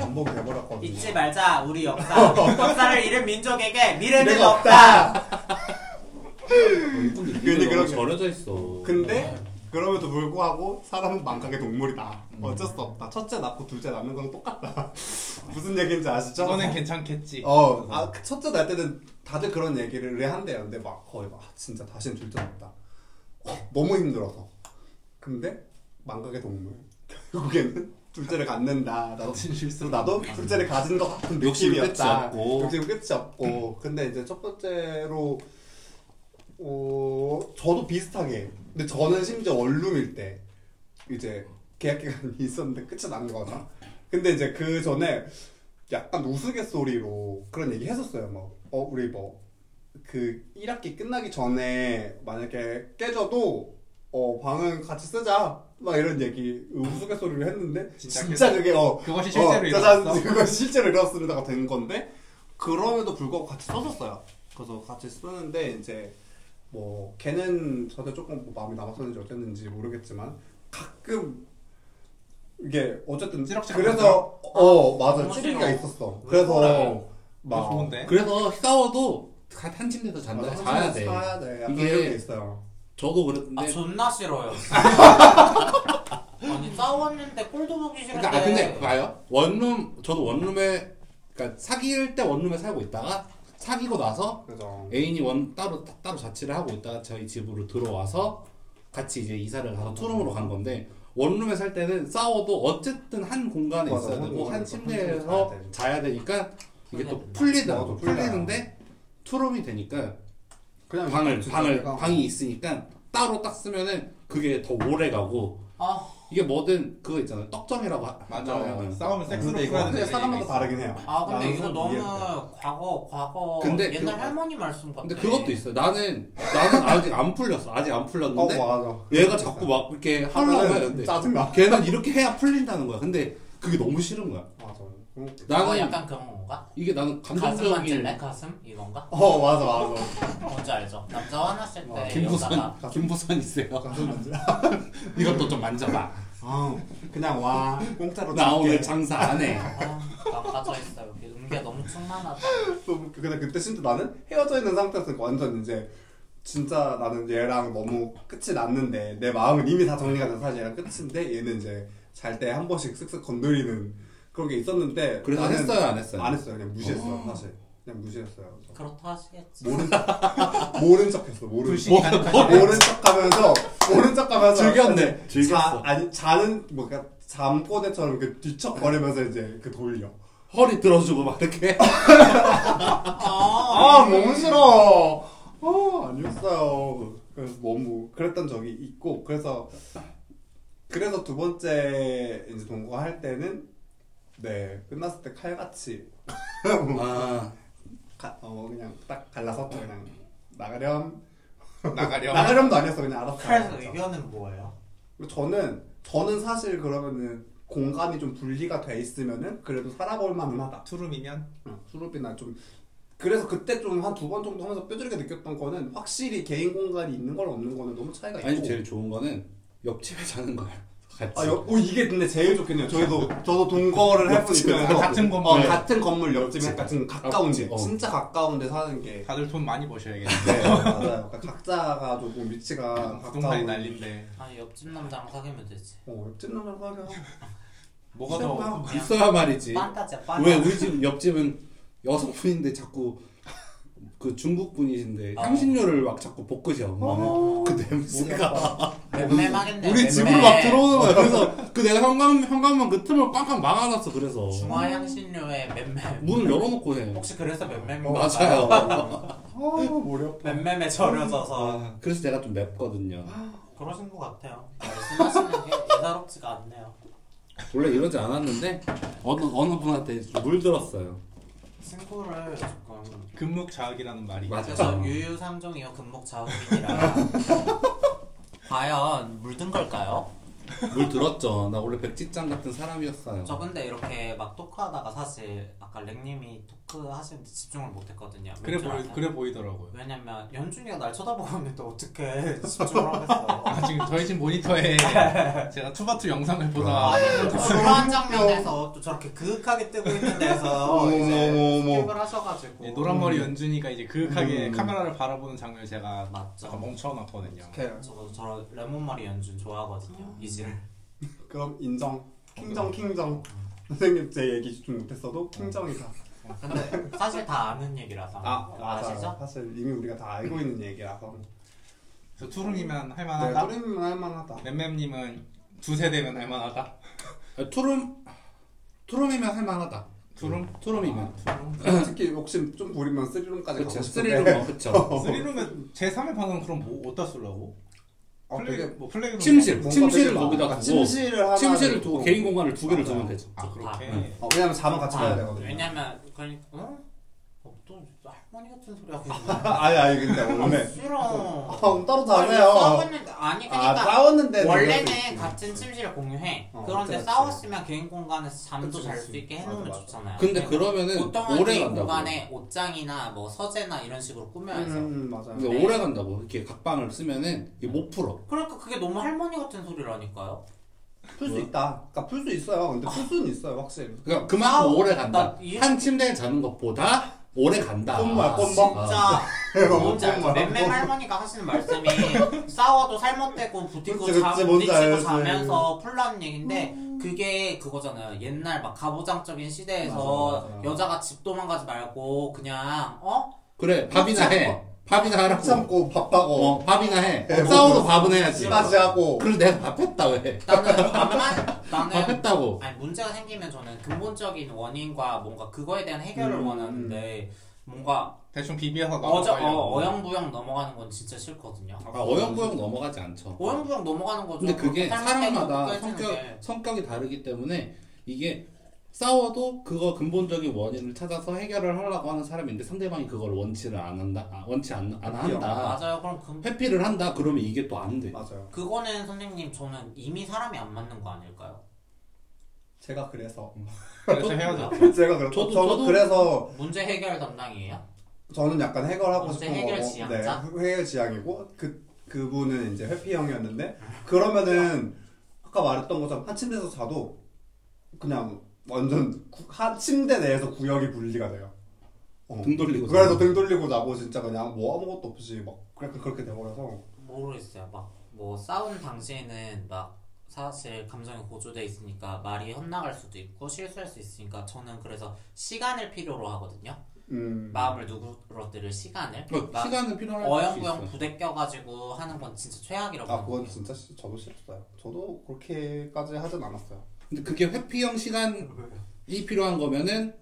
Speaker 3: 반복돼버렸거든요.
Speaker 2: 잊지 말자 우리 역사 역사를 잃은 민족에게 미래는
Speaker 3: 미래가
Speaker 2: 없다.
Speaker 4: 근데
Speaker 3: 근데
Speaker 4: 그런
Speaker 3: 그렇게-
Speaker 4: 절여져 있어.
Speaker 3: 근데 그럼에도 불구하고 사람은 망각의 동물이다. 어쩔 수 없다. 첫째 낳고 둘째 낳는 건 똑같다. 무슨 얘기인지 아시죠?
Speaker 1: 이번엔 괜찮겠지
Speaker 3: 어, 아, 그 첫째 낳을 때는 다들 그런 얘기를 한대요. 근데 막 거의 막 아, 진짜 다시는 둘째 낳다. 어, 너무 힘들어서. 근데 망각의 동물. 결국에는 둘째를 갖는다. 나도
Speaker 1: 같은 실수로
Speaker 3: 그래서 나도 둘째를 가진 것 같은
Speaker 4: 아, 욕심이 끝이
Speaker 3: 느낌이었다.
Speaker 4: 없고.
Speaker 3: 욕심 끝이 없고. 근데 이제 첫 번째로 어, 저도 비슷하게. 근데 저는 심지어 원룸일 때 이제 계약 기간이 있었는데 끝이 난 거잖아. 근데 이제 그 전에 약간 우스갯소리로 그런 얘기 했었어요. 막, 어, 우리 뭐, 그 1학기 끝나기 전에 만약에 깨져도, 어, 방은 같이 쓰자. 막 이런 얘기, 우스갯소리를 했는데,
Speaker 1: 진짜
Speaker 3: 진짜, 그게, 어,
Speaker 1: 그것이 실제로
Speaker 3: 어, 짜잔,
Speaker 1: 일어났어?
Speaker 3: 그거 실제로 일어났습니다가 된 건데, 그럼에도 불구하고 같이 썼었어요. 그래서 같이 쓰는데, 이제, 뭐, 걔는 저한테 조금 뭐 마음이 남았었는지 어땠는지 모르겠지만, 가끔, 이게, 어쨌든,
Speaker 1: 찌락찌락
Speaker 3: 그래서, 어, 맞아.
Speaker 2: 너무
Speaker 3: 찌르기가
Speaker 2: 싫어.
Speaker 3: 있었어.
Speaker 2: 왜 그래?
Speaker 3: 그래서,
Speaker 1: 막 좋은데
Speaker 4: 그래서 싸워도 다- 네. 한 침대에서 잔다
Speaker 3: 맞아,
Speaker 4: 자야 돼.
Speaker 3: 자야 돼. 약간
Speaker 4: 이게-
Speaker 3: 이런 게 있어요.
Speaker 4: 저도 그랬는데.
Speaker 2: 아 존나 싫어요. 아니 싸웠는데 꼴도 보기 싫은데.
Speaker 4: 그러니까 아 근데
Speaker 2: 네.
Speaker 4: 봐요. 원룸 저도 원룸에 그러니까 사귈 때 원룸에 살고 있다가 사귀고 나서
Speaker 3: 그죠.
Speaker 4: 애인이 원 따로 따로 자취를 하고 있다가 저희 집으로 들어와서 같이 이제 이사를 가서 투룸으로 간 건데 원룸에 살 때는 싸워도 어쨌든 한 공간에
Speaker 3: 맞아,
Speaker 4: 있어야
Speaker 3: 한
Speaker 4: 되고 한
Speaker 3: 공간에서
Speaker 4: 침대에서
Speaker 3: 한 침대에서
Speaker 4: 자야 되니까 이게 또
Speaker 2: 풀려야
Speaker 4: 풀리더라고
Speaker 3: 맞아,
Speaker 4: 풀리는데 투룸이 되니까
Speaker 3: 그냥
Speaker 4: 방을
Speaker 3: 진짜
Speaker 4: 방을
Speaker 3: 내가-
Speaker 4: 방이 있으니까 따로 딱 쓰면은 그게 더 오래 가고
Speaker 2: 아,
Speaker 4: 이게 뭐든 그거 있잖아요 떡정이라고 하-
Speaker 1: 맞아
Speaker 4: 하잖아요.
Speaker 1: 싸우면 섹스로
Speaker 3: 어. 근데
Speaker 1: 풀어야
Speaker 3: 이거
Speaker 1: 되는
Speaker 3: 근데 사람마다 다르긴 해요.
Speaker 2: 아 근데
Speaker 3: 나는
Speaker 2: 이거
Speaker 3: 사람
Speaker 2: 너무
Speaker 3: 이해가 돼.
Speaker 2: 과거 과거
Speaker 4: 근데
Speaker 2: 옛날
Speaker 4: 그-
Speaker 2: 할머니 말씀 같아.
Speaker 4: 근데 그것도 있어요. 나는 나는 아직 안 풀렸어. 아직 안
Speaker 3: 어,
Speaker 4: 풀렸는데
Speaker 3: 맞아.
Speaker 4: 얘가 자꾸 막 이렇게 하려고
Speaker 3: 하면은
Speaker 4: 하는데
Speaker 3: 짜증나.
Speaker 4: 걔는 이렇게 해야 풀린다는 거야. 근데 그게 너무 싫은 거야.
Speaker 3: 맞아. 응.
Speaker 2: 어,
Speaker 4: 나는
Speaker 2: 약간 그런 건가?
Speaker 4: 이게 나는
Speaker 2: 가슴
Speaker 4: 감정적인
Speaker 2: 만질래? 가슴 이건가?
Speaker 3: 어, 맞아, 맞아.
Speaker 2: 뭔지 알죠? 남자 화났을
Speaker 3: 어,
Speaker 2: 때
Speaker 4: 김부선
Speaker 2: 여자가
Speaker 4: 김부선 있어요. 이것도 좀 만져봐.
Speaker 3: 아, 그냥 와 공짜로
Speaker 4: 나
Speaker 3: 줄게.
Speaker 4: 오늘 장사 안 해.
Speaker 2: 아, 망가져있어 여기 음계 너무 충만하다
Speaker 3: 너무 근데 그때 진짜 나는 헤어져 있는 상태였으니까 완전 이제 진짜 나는 얘랑 너무 끝이 났는데 내 마음은 이미 다 정리가 돼서 사실 얘랑 끝인데 얘는 이제 잘 때 한 번씩 쓱쓱 건드리는 그런 게 있었는데
Speaker 4: 그래서
Speaker 3: 나는
Speaker 4: 했어요, 안 했어요?
Speaker 3: 안 했어요 그냥 무시했어요 사실 그냥 무시했어요 그래서.
Speaker 2: 그렇다 하시겠지
Speaker 3: 모른 모른 척했어 모른 척
Speaker 1: 불신 가득하게
Speaker 3: 모른 척하면서 모른 척하면서
Speaker 4: 즐겼네.
Speaker 3: 자,
Speaker 4: 즐겼어.
Speaker 3: 아니 자는 뭔가 잠꼬대처럼 그 뒤척거리면서 이제 그 돌려
Speaker 4: 허리 들어주고 막 이렇게.
Speaker 3: 아, 너무 싫어. 어, 아니었어요. 그래서 너무 그랬던 적이 있고 그래서 그래서 두 번째 이제 동거 할 때는 네 끝났을 때 칼같이
Speaker 4: 아
Speaker 3: 가, 어 그냥 딱 갈라서 그냥 나가렴
Speaker 1: 나가렴
Speaker 3: 나가렴도 아니었어 그냥 알았어.
Speaker 2: 그래서 의견은 뭐예요?
Speaker 3: 그리고 저는 저는 사실 그러면은 공간이 좀 분리가 돼 있으면은 그래도 살아볼 만하다.
Speaker 1: 투룸이면
Speaker 3: 응, 수룹이나 좀 그래서 그때 좀 한 두 번 정도 하면서 뼈저리게 느꼈던 거는 확실히 개인 공간이 있는 건 없는 거는 너무 차이가
Speaker 4: 아니
Speaker 3: 있고.
Speaker 4: 제일 좋은 거는 옆집에 자는 거야. 같이.
Speaker 3: 아, 여, 오, 이게 근데 제일 좋겠네요. 저희도 저도 동거를 해본
Speaker 4: 옆집.
Speaker 3: 입장에서
Speaker 1: 같은 건물.
Speaker 3: 어, 같은 건물 옆집에 같은 가까운
Speaker 4: 옆집,
Speaker 3: 집,
Speaker 4: 어.
Speaker 3: 진짜 가까운 데 사는 게
Speaker 1: 다들 돈 많이 버셔야겠네.
Speaker 3: 네, 맞아요. 그러니까 각자가 조금 위치가
Speaker 1: 부동산이
Speaker 3: 가까운-
Speaker 1: 난린데
Speaker 2: 아 옆집 남자랑 사귀면 되지.
Speaker 3: 어, 옆집 남자랑 사겨.
Speaker 1: 뭐가
Speaker 3: 싫다.
Speaker 1: 더
Speaker 4: 있어야 그 말이지.
Speaker 2: 판타지야 판타.
Speaker 4: 왜 우리 집 옆집은 여성분인데 자꾸 그 중국 분이신데
Speaker 2: 어.
Speaker 4: 향신료를 막 자꾸 볶으셔. 엄마는.
Speaker 3: 어.
Speaker 4: 그 냄새가
Speaker 2: 맴맴하겠네.
Speaker 4: 우리 집으로
Speaker 2: 맴맴.
Speaker 4: 막 들어오는 거야. 그래서 그 내가 현관 현관문 그 틈을 빵빵 막아놨어. 그래서
Speaker 2: 중화 향신료에 맴맴.
Speaker 4: 문을 열어놓고 해.
Speaker 2: 혹시 그래서 맴맴?
Speaker 4: 어, 맞아요.
Speaker 3: 아, 머리 아파.
Speaker 2: 맴맴에 절여져서
Speaker 4: 그래서 제가 좀 맵거든요.
Speaker 2: 그러신 것 같아요. 말씀하시는 게 예사롭지가 않네요.
Speaker 4: 원래 이러지 않았는데 어느 어느 분한테 좀 물들었어요.
Speaker 2: 친구를 조금
Speaker 1: 금묵자학이라는 말이
Speaker 4: 맞아.
Speaker 2: 그래서 유유상종이요 금목자음이라 과연 물든 걸까요?
Speaker 4: 물들었죠. 나 원래 백지장 같은 사람이었어요.
Speaker 2: 저 근데 이렇게 막 토크하다가 사실 아까 랭님이 토크 하시는데 집중을 못했거든요.
Speaker 1: 그래
Speaker 2: 왠줄
Speaker 1: 보이
Speaker 2: 아세요?
Speaker 1: 그래 보이더라고요.
Speaker 2: 왜냐면 연준이가 날 쳐다보고 있는데 어떻게 집중을 하겠어?
Speaker 1: 아 지금 저희 집 모니터에 제가 투바투 영상을 보다
Speaker 2: 노란 장면에서 또 저렇게 그윽하게 뜨고 있는 데서 이제
Speaker 3: 어머, 어머.
Speaker 2: 스킵을 하셔가지고
Speaker 1: 이 노란 머리 연준이가 이제 그윽하게
Speaker 3: 음.
Speaker 1: 카메라를 바라보는 장면을 제가
Speaker 2: 맞죠.
Speaker 1: 약간 멈춰놨거든요.
Speaker 3: 오케이.
Speaker 2: 저도 저 레몬머리 연준 좋아하거든요. 이지를
Speaker 3: 그럼 인정. 킹정 킹정. 선생님 제 얘기 좀 못했어도 킹정이다.
Speaker 2: 근데 사실 다 아는 얘기라서
Speaker 3: 아, 음. 맞아요.
Speaker 2: 아시죠?
Speaker 3: 사실 이미 우리가 다 알고 있는 얘기라서.
Speaker 1: 그래서 투룸이면
Speaker 3: 네,
Speaker 1: 할만하다.
Speaker 3: 소리는 할만하다.
Speaker 1: 맴맴님은 두 세대면 할만하다.
Speaker 4: 아, 투룸 투룸이면 할만하다.
Speaker 1: 아, 투룸
Speaker 4: 투룸이면
Speaker 3: 솔직히 욕심 좀 부리면 쓰리룸까지 가고
Speaker 4: 그쵸.
Speaker 3: 싶은데.
Speaker 4: 쓰리룸 어, 그쵸.
Speaker 1: 쓰리룸은 제 3의 방은 그럼 뭐 어디다 쓰려고?
Speaker 3: 어,
Speaker 1: 플레이
Speaker 3: 되게
Speaker 1: 뭐 플레이룸
Speaker 4: 침실
Speaker 3: 뭔가
Speaker 4: 침실을
Speaker 3: 되게 많아.
Speaker 4: 거기다
Speaker 3: 아,
Speaker 4: 두고
Speaker 3: 침실을 하나
Speaker 4: 침실을
Speaker 3: 놓고.
Speaker 4: 두고 개인 공간을 두 개를
Speaker 3: 어. 맞아요. 네.
Speaker 4: 두면 되죠.
Speaker 1: 아 그렇게
Speaker 4: 응.
Speaker 2: 네.
Speaker 3: 어, 왜냐면 자만 같이 가야
Speaker 2: 아,
Speaker 3: 되거든요.
Speaker 2: 왜냐면 그러니까 응? 어? 또 할머니 같은 소리 하고
Speaker 3: 아, 아니 아니 근데
Speaker 2: 있네.
Speaker 3: 원래 아,
Speaker 2: 싫어.
Speaker 3: 그럼 따로
Speaker 2: 아니,
Speaker 3: 자세요.
Speaker 2: 싸웠는데 아니
Speaker 3: 아
Speaker 2: 그러니까
Speaker 3: 싸웠는데
Speaker 2: 원래는 같은 침실을 공유해.
Speaker 3: 어,
Speaker 2: 그런데
Speaker 3: 그치, 그치.
Speaker 2: 싸웠으면 개인 공간에서 잠도
Speaker 3: 그치,
Speaker 2: 잘
Speaker 3: 그치.
Speaker 2: 수 있게
Speaker 3: 맞아,
Speaker 2: 해놓으면
Speaker 3: 맞아.
Speaker 2: 좋잖아요.
Speaker 4: 근데
Speaker 2: 그리고
Speaker 4: 그러면은
Speaker 2: 보통은
Speaker 4: 오래
Speaker 2: 개인
Speaker 4: 간다고.
Speaker 2: 공간에 옷장이나 뭐 서재나 이런 식으로 꾸며야죠.
Speaker 3: 음, 맞아요.
Speaker 4: 근데
Speaker 2: 네.
Speaker 4: 그러니까 오래 간다고 이렇게 각방을 쓰면은 이게 못 풀어.
Speaker 2: 그러니까 그게 너무 할머니 같은 소리라니까요.
Speaker 3: 풀 수 있다. 그러니까 풀 수 있어요. 근데 풀 수는 있어요, 확실히.
Speaker 4: 그러니까 그만큼
Speaker 2: 아,
Speaker 4: 오래
Speaker 2: 나
Speaker 4: 간다.
Speaker 2: 이해-
Speaker 4: 한 침대에 자는 것보다 오래 간다.
Speaker 3: 꼼말, 꼼말.
Speaker 4: 아,
Speaker 2: 진짜 뭔지 알죠?
Speaker 3: 뭔 말이야?
Speaker 2: 맴맴 할머니가 하시는 말씀이 싸워도 살못되고 부딪히고
Speaker 3: 그치,
Speaker 2: 자,
Speaker 3: 그치, 뭔지
Speaker 2: 부딪히고
Speaker 3: 알지.
Speaker 2: 자면서 풀라는 얘기인데 그게 그거잖아요. 옛날 막 가보장적인 시대에서
Speaker 3: 맞아, 맞아.
Speaker 2: 여자가 집 도망가지 말고 그냥 어?
Speaker 4: 그래 밥이나 해. 밥이나
Speaker 3: 밥
Speaker 4: 하라고.
Speaker 3: 참고 밥하고
Speaker 4: 어 밥이나 해.
Speaker 3: 네,
Speaker 4: 싸워도 밥은 해야지.
Speaker 3: 찌바지 하고
Speaker 4: 그래 내가 밥했다 왜?
Speaker 2: 나는 밥만 나는
Speaker 4: 밥했다고.
Speaker 2: 아니 문제가 생기면 저는 근본적인 원인과 뭔가 그거에 대한 해결을
Speaker 3: 음.
Speaker 2: 원하는데 뭔가
Speaker 1: 대충 비비어서
Speaker 2: 어저,
Speaker 1: 넘어가려고.
Speaker 2: 어, 어영부영 넘어가는 건 진짜 싫거든요.
Speaker 4: 아 어영부영 넘어가지 않죠.
Speaker 2: 어영부영 넘어가는 거죠.
Speaker 4: 근데 그게
Speaker 2: 뭐 그렇게
Speaker 4: 사람마다
Speaker 2: 삶을 깨지는 게.
Speaker 4: 성격, 성격이 다르기 때문에 이게 싸워도 그거 근본적인 원인을 찾아서 해결을 하려고 하는 사람인데 상대방이 그걸 원치를 안 한다 아, 원치 안, 안 한다
Speaker 2: 맞아요. 그럼 그,
Speaker 4: 회피를 한다 그러면 이게 또 안돼
Speaker 3: 맞아요.
Speaker 2: 그거는 선생님 저는 이미 사람이 안 맞는 거 아닐까요?
Speaker 3: 제가 그래서
Speaker 4: 그렇죠,
Speaker 1: 그래서 헤어져.
Speaker 3: 음. 제가 그래서
Speaker 4: 저도-
Speaker 3: 저도,
Speaker 4: 저도-
Speaker 3: 그래서
Speaker 2: 뭐, 문제 해결 담당이에요?
Speaker 3: 저는 약간 해결하고
Speaker 2: 어제
Speaker 3: 싶은 거고
Speaker 2: 해결 지향자?
Speaker 3: 네, 해결 지향이고 그 그분은 이제 회피형이었는데 그러면은 아까 말했던 것처럼 한 침대에서 자도 그냥 완전 구- 한 침대 내에서 구역이 분리가 돼요. 어.
Speaker 4: 등 돌리고
Speaker 3: 그래서
Speaker 4: 자고.
Speaker 3: 등 돌리고 자고 진짜 그냥 뭐 아무것도 없이 막 약간 그렇게 돼버려서
Speaker 2: 모르겠어요. 막 뭐 싸운 당시에는 막 사실 감정이 고조돼 있으니까 말이 헛나갈 수도 있고 실수할 수 있으니까 저는 그래서 시간을 필요로 하거든요.
Speaker 3: 음
Speaker 2: 마음을 누그러뜨릴 시간을.
Speaker 4: 그러니까
Speaker 2: 막
Speaker 4: 시간은 필요할 수
Speaker 2: 어영부영
Speaker 4: 있어
Speaker 2: 부대껴가지고 하는 건 진짜 최악이라고
Speaker 3: 아 그건
Speaker 2: 생각해요.
Speaker 3: 진짜 시- 저도 싫었어요. 저도 그렇게까지 하진 않았어요.
Speaker 4: 근데 그게 회피형 시간이 필요한 거면은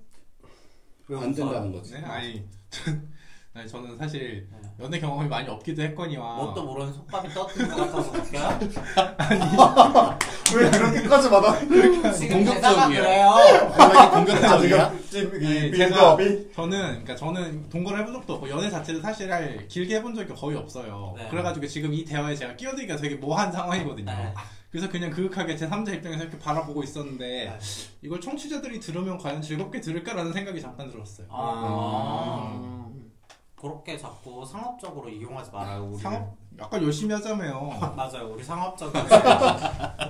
Speaker 2: 왜
Speaker 4: 안
Speaker 2: 웃어요?
Speaker 4: 된다는 거지
Speaker 1: 네, 아니, 아니 저는 사실
Speaker 2: 네.
Speaker 1: 연애 경험이 많이 없기도 했거니와
Speaker 4: 아.
Speaker 2: 뭣도 모르는 속밥이 떴던 것 같아서 웃겨요?
Speaker 3: 왜 그렇게까지 받아?
Speaker 2: 지금 대사가
Speaker 4: 공격적이에요.
Speaker 2: 그래요.
Speaker 4: 이렇게
Speaker 3: 아
Speaker 4: 공격적이야
Speaker 3: 지금 지금
Speaker 1: 네, 제가-
Speaker 3: 이 빌드업이
Speaker 1: 저는 그러니까 저는 동거를 해본 적도 없고 연애 자체를 사실 할- 길게 해본 적이 거의 없어요.
Speaker 2: 네.
Speaker 4: 음.
Speaker 1: 그래가지고 지금 이 대화에 제가 끼어들기가 되게 모한 상황이거든요.
Speaker 2: 네.
Speaker 1: 그래서 그냥 그윽하게 제 3자 입장에서 이렇게 바라보고 있었는데
Speaker 2: 아.
Speaker 1: 이걸 청취자들이 들으면 과연 즐겁게 들을까라는 생각이 잠깐 들었어요.
Speaker 2: 아.
Speaker 3: 음.
Speaker 2: 그렇게 자꾸 상업적으로 이용하지 말아요. 우리
Speaker 1: 음. 상업 약간 열심히 하자며요.
Speaker 2: 맞아요. 우리 상업적으로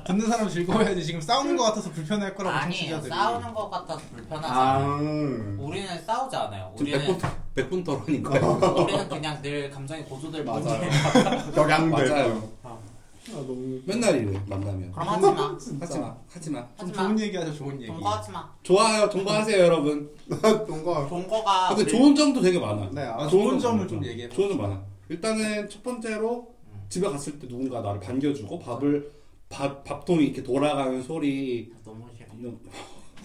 Speaker 1: 듣는 사람 즐거워야지 지금 싸우는 것 같아서 불편할 거라고
Speaker 2: 아니
Speaker 1: 청취자들이.
Speaker 2: 싸우는 것 같아서 불편하지 않아요.
Speaker 3: 아.
Speaker 2: 우리는 싸우지 않아요.
Speaker 4: 지금
Speaker 2: 우리는
Speaker 4: 100분, 100분
Speaker 2: 어.
Speaker 4: 토론인가요?
Speaker 2: 우리는 그냥 늘 감정이 고조될
Speaker 3: 맞아요.
Speaker 2: 뿐이에요.
Speaker 3: 격양대.
Speaker 4: 맞아요.
Speaker 2: 어.
Speaker 3: 아, 너무.
Speaker 4: 맨날 이래 만나면
Speaker 2: 그럼 하지 마.
Speaker 4: 하지
Speaker 3: 진짜.
Speaker 4: 마 하지 마
Speaker 1: 좀
Speaker 2: 하지 마.
Speaker 1: 좋은 얘기하자 좋은 얘기.
Speaker 2: 동거하지 마.
Speaker 4: 좋아요 동거하세요 여러분
Speaker 3: 뭔가.
Speaker 2: 동거가
Speaker 4: 근데
Speaker 2: 아, 우리-
Speaker 4: 좋은 점도 되게 많아
Speaker 3: 네, 아,
Speaker 1: 아,
Speaker 4: 점
Speaker 1: 좋은 점을 좀
Speaker 4: 많아.
Speaker 1: 얘기해.
Speaker 4: 좋은 점 많아 일단은 첫 번째로 집에 갔을 때 누군가 나를 반겨주고 밥을 밥 밥통이 이렇게 돌아가는 소리
Speaker 2: 너무 싫어.
Speaker 4: 이런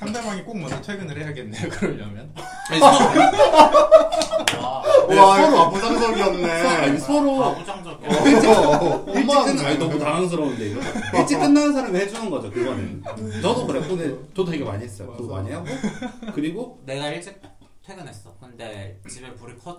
Speaker 1: 상대방이 꼭 먼저 퇴근을 해야겠네요. 그러려면.
Speaker 4: 아니, 아, 서로
Speaker 2: 와,
Speaker 3: 와, 이거 네, 부상적이었네.
Speaker 4: 아니, 서로
Speaker 2: 가부장적이야.
Speaker 4: 일찍
Speaker 3: 엄마는
Speaker 4: 끝나 아니 너무 당황스러운데 이거 일찍 끝나는 사람이 해주는 거죠 그거는 저도 그랬고 근데 저도 되게 많이 했어요 그거 많이 하고 그리고
Speaker 2: 내가 일찍 퇴근했어. 근데 집에 불이 커,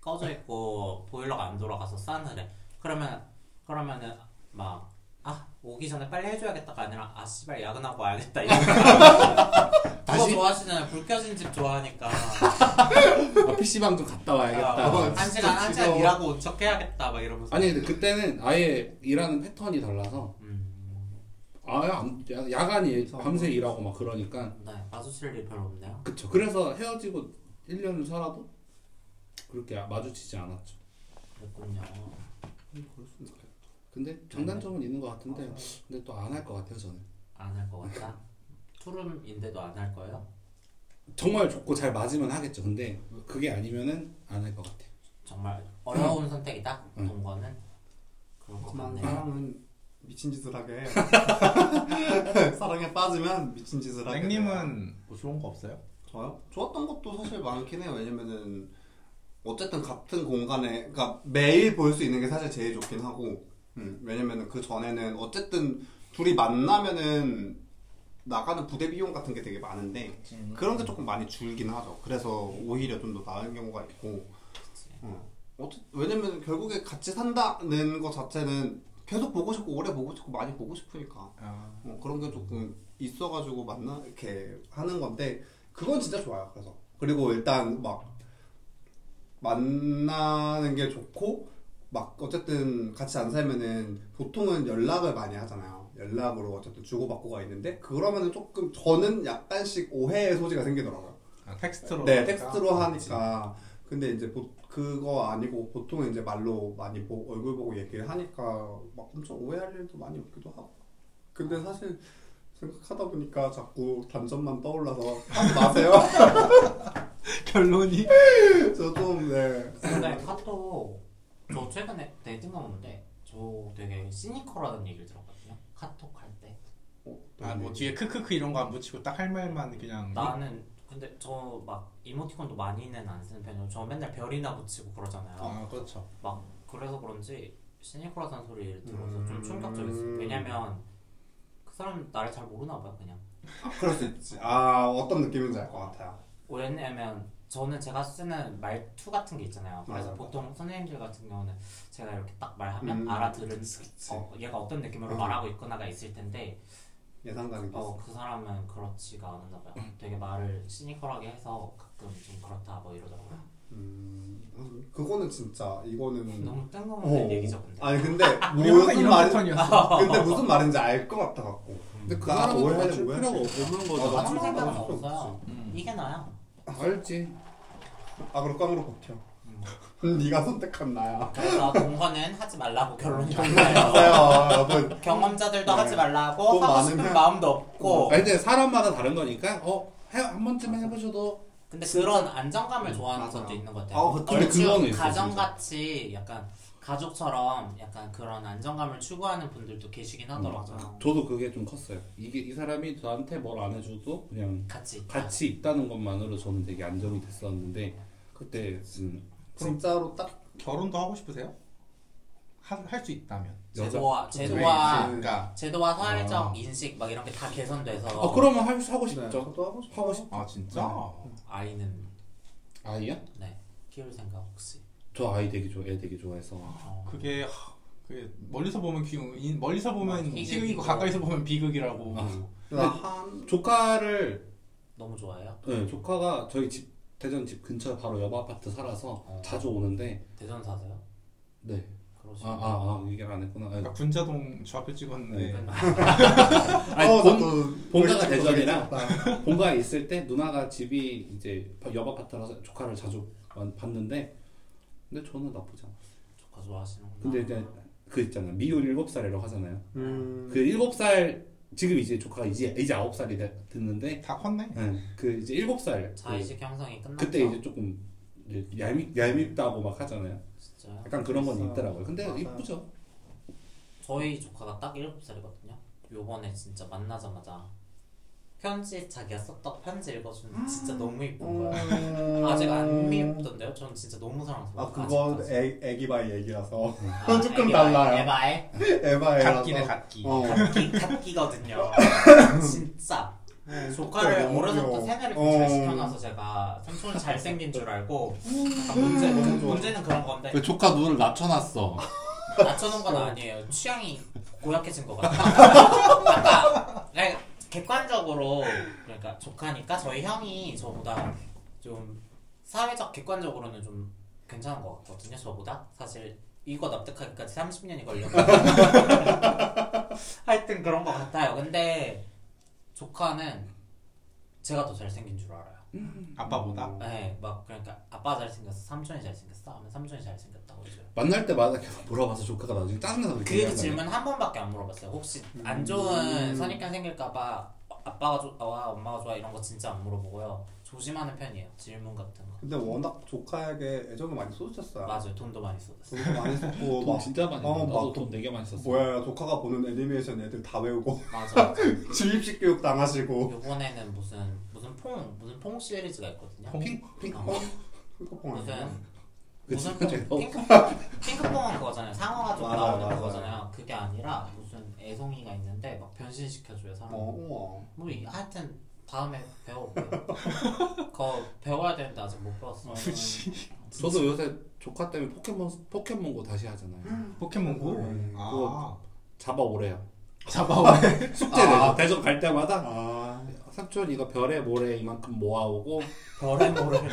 Speaker 2: 꺼져 있고 보일러가 안 돌아가서 싸늘해. 그러면 그러면은 막 아, 오기 전에 빨리 해줘야겠다가 아니라 아 씨발 야근하고 와야겠다 이런 그거
Speaker 4: 다시?
Speaker 2: 좋아하시잖아요 불 켜진 집 좋아하니까
Speaker 4: 아, PC방 좀 갔다 와야겠다
Speaker 2: 아,
Speaker 3: 어,
Speaker 2: 한 시간 한 시간
Speaker 3: 지겨워.
Speaker 2: 일하고 온 척 해야겠다 막 이러면서
Speaker 4: 아니 근데 그때는 아예 일하는 패턴이 달라서
Speaker 2: 음,
Speaker 4: 아예 안- 야- 야간이 밤새 일하고 막 그러니까
Speaker 2: 네 마주칠 일 별로 없네요
Speaker 4: 그쵸 그래서 헤어지고 1년을 살아도 그렇게 마주치지 않았죠
Speaker 2: 그렇군요
Speaker 4: 근데 장단점은 있는 것 같은데 근데 또 안 할 것 같아요 저는
Speaker 2: 안 할 것 같다 투룸인데도 안 할 거예요?
Speaker 4: 정말 좋고 잘 맞으면 하겠죠 근데 그게 아니면은 안 할 것 같아요
Speaker 2: 정말 어려운 선택이다
Speaker 4: 응.
Speaker 2: 동거는 그런 것
Speaker 3: 그만
Speaker 2: 같네요
Speaker 3: 사랑은 미친 짓을 하게. 사랑에 빠지면 미친 짓을 하게.
Speaker 1: 랭님은 뭐 좋은 거 없어요?
Speaker 3: 저요? 좋았던 것도 사실 많긴 해요. 왜냐면은 어쨌든 같은 공간에 그러니까 매일 볼 수 있는 게 사실 제일 좋긴 하고. 음, 왜냐면은 그 전에는 어쨌든 둘이 만나면은 나가는 부대 비용 같은 게 되게 많은데
Speaker 1: 음.
Speaker 3: 그런 게 조금 많이 줄긴 하죠. 그래서 오히려 좀 더 나은 경우가 있고. 어. 어쨌- 왜냐면 결국에 같이 산다는 것 자체는 계속 보고 싶고 오래 보고 싶고 많이 보고 싶으니까.
Speaker 1: 아,
Speaker 3: 어, 그런 게 조금 있어가지고 만나 이렇게 하는 건데 그건 진짜 좋아요. 그래서 그리고 일단 막 만나는 게 좋고 막 어쨌든 같이 안 살면은 보통은 연락을 많이 하잖아요. 연락으로 어쨌든 주고받고가 있는데 그러면은 조금 저는 약간씩 오해의 소지가 생기더라고요.
Speaker 1: 아, 텍스트로.
Speaker 3: 네, 텍스트로 하니까. 근데 이제 보- 그거 아니고 보통은 이제 말로 많이 보, 얼굴 보고 얘기를 하니까 막 엄청 오해할 일도 많이 없기도 하고. 근데 사실 생각하다 보니까 자꾸 단점만 떠올라서 하지 마세요.
Speaker 1: 아, 결론이
Speaker 3: 저 좀, 네.
Speaker 2: 근데 카톡 저 최근에 데이팅 가보는데 저 되게 시니컬하다는 얘기를 들었거든요 카톡 할때
Speaker 3: 어,
Speaker 1: 아
Speaker 3: 네.
Speaker 1: 뭐 뒤에 크크크 이런 거 안 붙이고 딱 할 말만 그냥
Speaker 2: 나는 근데 저 막 이모티콘도 많이는 안 쓰는 편이에요 저 맨날 별이나 붙이고 그러잖아요
Speaker 1: 아 그렇죠
Speaker 2: 막 그래서 그런지 시니컬하다는 소리를 들어서
Speaker 3: 음.
Speaker 2: 좀 충격적이었어요 왜냐면 그 사람 나를 잘 모르나 봐요 그냥
Speaker 3: 아, 그럴 수 있지. 아, 어떤 느낌인지 알 것 같아요.
Speaker 2: 왜냐면 저는 제가 쓰는 말투 같은 게 있잖아요. 그래서
Speaker 3: 맞아.
Speaker 2: 보통 선생님들 같은 경우는 제가 이렇게 딱 말하면
Speaker 3: 음,
Speaker 2: 알아들은
Speaker 3: 그치.
Speaker 2: 어, 얘가 어떤 느낌으로
Speaker 3: 음.
Speaker 2: 말하고 있거나가 있을 텐데
Speaker 3: 예상 가는 게 있어.
Speaker 2: 어, 그 사람은 그렇지가 않았나 봐요.
Speaker 3: 음.
Speaker 2: 되게 말을 시니컬하게 해서 가끔 좀 그렇다 뭐 이러더라고요.
Speaker 3: 음, 그거는 진짜, 이거는.
Speaker 2: 너무 뜬금없는
Speaker 3: 음. 어.
Speaker 2: 얘기죠 근데.
Speaker 3: 아니, 근데
Speaker 1: 우리 항상
Speaker 3: 무슨
Speaker 1: 이런
Speaker 3: 말인,
Speaker 1: 패턴이었어
Speaker 3: 근데 무슨 말인지 알 것 같아갖고.
Speaker 4: 근데 그
Speaker 3: 나
Speaker 4: 사람은
Speaker 3: 오해하지
Speaker 4: 맞출
Speaker 3: 뭐야,
Speaker 4: 필요가
Speaker 3: 진짜. 맞아.
Speaker 4: 없는 거죠
Speaker 2: 아무
Speaker 3: 맞추는
Speaker 2: 생각은
Speaker 3: 건
Speaker 2: 없어요. 이게 나야.
Speaker 4: 알지
Speaker 3: 아, 그럼 꽝으로 버텨.
Speaker 2: 음.
Speaker 3: 네가 선택한 나야.
Speaker 2: 그래서 동거는 하지 말라고 결론이
Speaker 4: 음.
Speaker 2: 없나요?
Speaker 3: 맞아요, 여러분.
Speaker 4: 네.
Speaker 2: 경험자들도 하지
Speaker 3: 또
Speaker 2: 말라고 하고 싶은
Speaker 3: 많으면-
Speaker 2: 마음도 없고
Speaker 4: 아니 근데 사람마다 다른 거니까 어한 번쯤 해보셔도
Speaker 2: 근데 그런 안정감을 좋아하는
Speaker 3: 맞아요.
Speaker 2: 것도 있는 것 같아요.
Speaker 3: 아, 근데
Speaker 2: 얼추
Speaker 4: 그거는 있어요,
Speaker 2: 가정같이 약간 가족처럼 약간 그런 안정감을 추구하는 분들도 계시긴 하더라고요.
Speaker 3: 맞아요.
Speaker 4: 저도 그게 좀 컸어요 이게 이 사람이 저한테 뭘 안 해줘도 그냥
Speaker 2: 같이 있다.
Speaker 4: 같이 있다는 것만으로 저는 되게 안정이 됐었는데 그때 음,
Speaker 3: 진짜로 딱
Speaker 1: 결혼도 하고 싶으세요? 할 수 있다면
Speaker 4: 여자
Speaker 2: 제도와
Speaker 1: 네,
Speaker 2: 제도와
Speaker 1: 그러니까
Speaker 2: 제도와 사회적
Speaker 4: 아.
Speaker 2: 인식 막 이런 게 다 개선돼서
Speaker 4: 어 그러면 할 하고 싶죠
Speaker 3: 저도 하고 싶어.
Speaker 4: 하고 싶
Speaker 1: 아 진짜?
Speaker 2: 아이는
Speaker 4: 아이야?
Speaker 2: 네 키울 생각 혹시
Speaker 4: 저 아이 되게 좋아 애 되게 좋아해서
Speaker 2: 어,
Speaker 1: 그게 하, 그 멀리서 보면 귀 멀리서 보면
Speaker 2: 희극이고. 아, 네.
Speaker 1: 희극이고 가까이서 보면 비극이라고
Speaker 3: 나 한,
Speaker 4: 아, 조카를
Speaker 2: 너무 좋아해요.
Speaker 4: 네, 조카가 저희 집 대전 집 근처 바로 옆 아파트 살아서
Speaker 2: 어.
Speaker 4: 자주 오는데
Speaker 2: 대전 사세요?
Speaker 4: 네. 아, 네.
Speaker 2: 그러시면
Speaker 4: 아, 아 얘기를 안 했구나. 네.
Speaker 1: 그러니까 군자동 좌표 찍었는데
Speaker 4: 아니,
Speaker 3: 어,
Speaker 4: 본-
Speaker 3: 나도
Speaker 4: 본가가
Speaker 3: 머리 찍고
Speaker 4: 대전이라?
Speaker 3: 저기 있다.
Speaker 4: 본가에 있을 때 누나가 집이 이제 옆 아파트라서 조카를 자주 만- 봤는데 근데 저는 나쁘지 않아.
Speaker 2: 조카 좋아하시는구나.
Speaker 4: 근데 이제 그 있잖아 미혼 일곱 살이라고 하잖아요.
Speaker 3: 음.
Speaker 4: 그 일곱 살 지금 이제 조카가 이제 이제 아홉 살이 됐- 됐는데
Speaker 1: 다 컸네.
Speaker 4: 네, 그 이제 일곱 살 그,
Speaker 2: 자의식 형성이 끝났죠.
Speaker 4: 그때 이제 조금 이제 얄밉 얄밉다고 막 하잖아요.
Speaker 2: 진짜요?
Speaker 4: 약간 그런 건
Speaker 3: 맞아요.
Speaker 4: 있더라고요. 근데
Speaker 3: 맞아요.
Speaker 4: 이쁘죠.
Speaker 2: 저희 조카가 딱 7살이거든요. 요번에 진짜 만나자마자 편지 자기가 썼던 편지 읽어주는 데 진짜 너무 이쁜 거예요.
Speaker 3: 음.
Speaker 2: 아직 안 미흡던데요? 저는 진짜 너무 사랑스러워요.
Speaker 3: 아 그건
Speaker 2: 아직까지.
Speaker 3: 애, 애기 바이 애기라서
Speaker 2: 아,
Speaker 3: 조금
Speaker 2: 애기
Speaker 3: 달라요.
Speaker 2: 말- 애말
Speaker 3: 에바에라서
Speaker 1: 갓기네 갓기.
Speaker 3: 어.
Speaker 2: 갓기, 갓기거든요. 진짜. 조카를
Speaker 3: 음, 너무
Speaker 2: 어려서부터
Speaker 3: 귀여워.
Speaker 2: 생활을 좀 잘
Speaker 3: 어.
Speaker 2: 시켜놔서 제가 삼촌 잘생긴 줄 알고
Speaker 3: 음.
Speaker 2: 약간 문제, 문제는 그런 건데
Speaker 4: 조카 눈을 낮춰놨어.
Speaker 2: 낮춰놓은 건 아니에요. 취향이 고약해진 것 같아요. 아까 아니, 객관적으로 그러니까 조카니까 저희 형이 저보다 좀 사회적 객관적으로는 좀 괜찮은 것 같거든요. 저보다 사실 이거 납득하기까지 30년이 걸렸는데 하여튼 그런 것 같아요. 근데 조카는 제가 더 잘생긴 줄 알아요.
Speaker 1: 아빠보다.
Speaker 2: 네, 막 그러니까 아빠 잘생겼어, 삼촌이 잘생겼어 하면 삼촌이 잘생겼다고 해줘요.
Speaker 4: 만날 때마다 계속 물어봐서 조카가 나중에 짜증나서 그렇게
Speaker 2: 그
Speaker 4: 얘기한 거야.
Speaker 2: 질문 한 번밖에 안 물어봤어요. 혹시 안 좋은 선입견 생길까봐 어, 아빠가 좋아, 엄마가 좋아 이런 거 진짜 안 물어보고요. 조심하는 편이에요. 질문 같은 거.
Speaker 3: 근데 워낙 조카에게 애정을 많이 쏟으셨어요
Speaker 2: 맞아요. 돈도 많이 쏟았어요.
Speaker 3: 돈도 많이 쏟고
Speaker 4: 돈
Speaker 3: 막
Speaker 4: 진짜 많이
Speaker 3: 어,
Speaker 4: 어, 나도
Speaker 3: 막
Speaker 4: 돈 되게 많이 썼어.
Speaker 3: 뭐야 조카가 보는 애니메이션 애들 다 외우고
Speaker 2: 맞아요.
Speaker 3: 주입식 교육 당하시고
Speaker 2: 요번에는 무슨 무슨 퐁 무슨 퐁 시리즈가 있거든요.
Speaker 4: 핑? 핑?
Speaker 2: 어.
Speaker 3: 어? 핑크퐁 아니야?
Speaker 2: 무슨
Speaker 4: 그
Speaker 2: 무슨
Speaker 4: 진짜
Speaker 2: 핑크 핑크퐁은 그거잖아요. 상어가 좀
Speaker 3: 맞아,
Speaker 2: 나오는
Speaker 3: 맞아.
Speaker 2: 그거잖아요. 그게 아니라 무슨 애송이가 있는데 막 변신시켜줘요 사람.
Speaker 3: 어 우와
Speaker 2: 뭐 이- 하여튼 다음에 배워볼게요. 그거 배워야 되는데 아직 못 배웠어요.
Speaker 1: 굳이
Speaker 4: 저도 요새 조카 때문에 포켓몬 포켓몬고 다시 하잖아요.
Speaker 1: 포켓몬고.
Speaker 3: 음,
Speaker 1: 아
Speaker 4: 그거- 잡아 오래요.
Speaker 1: 잡아와.
Speaker 4: 숙제 내죠. 대전 갈 때마다
Speaker 3: 아
Speaker 4: 삼촌 이거 별에 모래 이만큼 모아오고
Speaker 2: 별의 모래를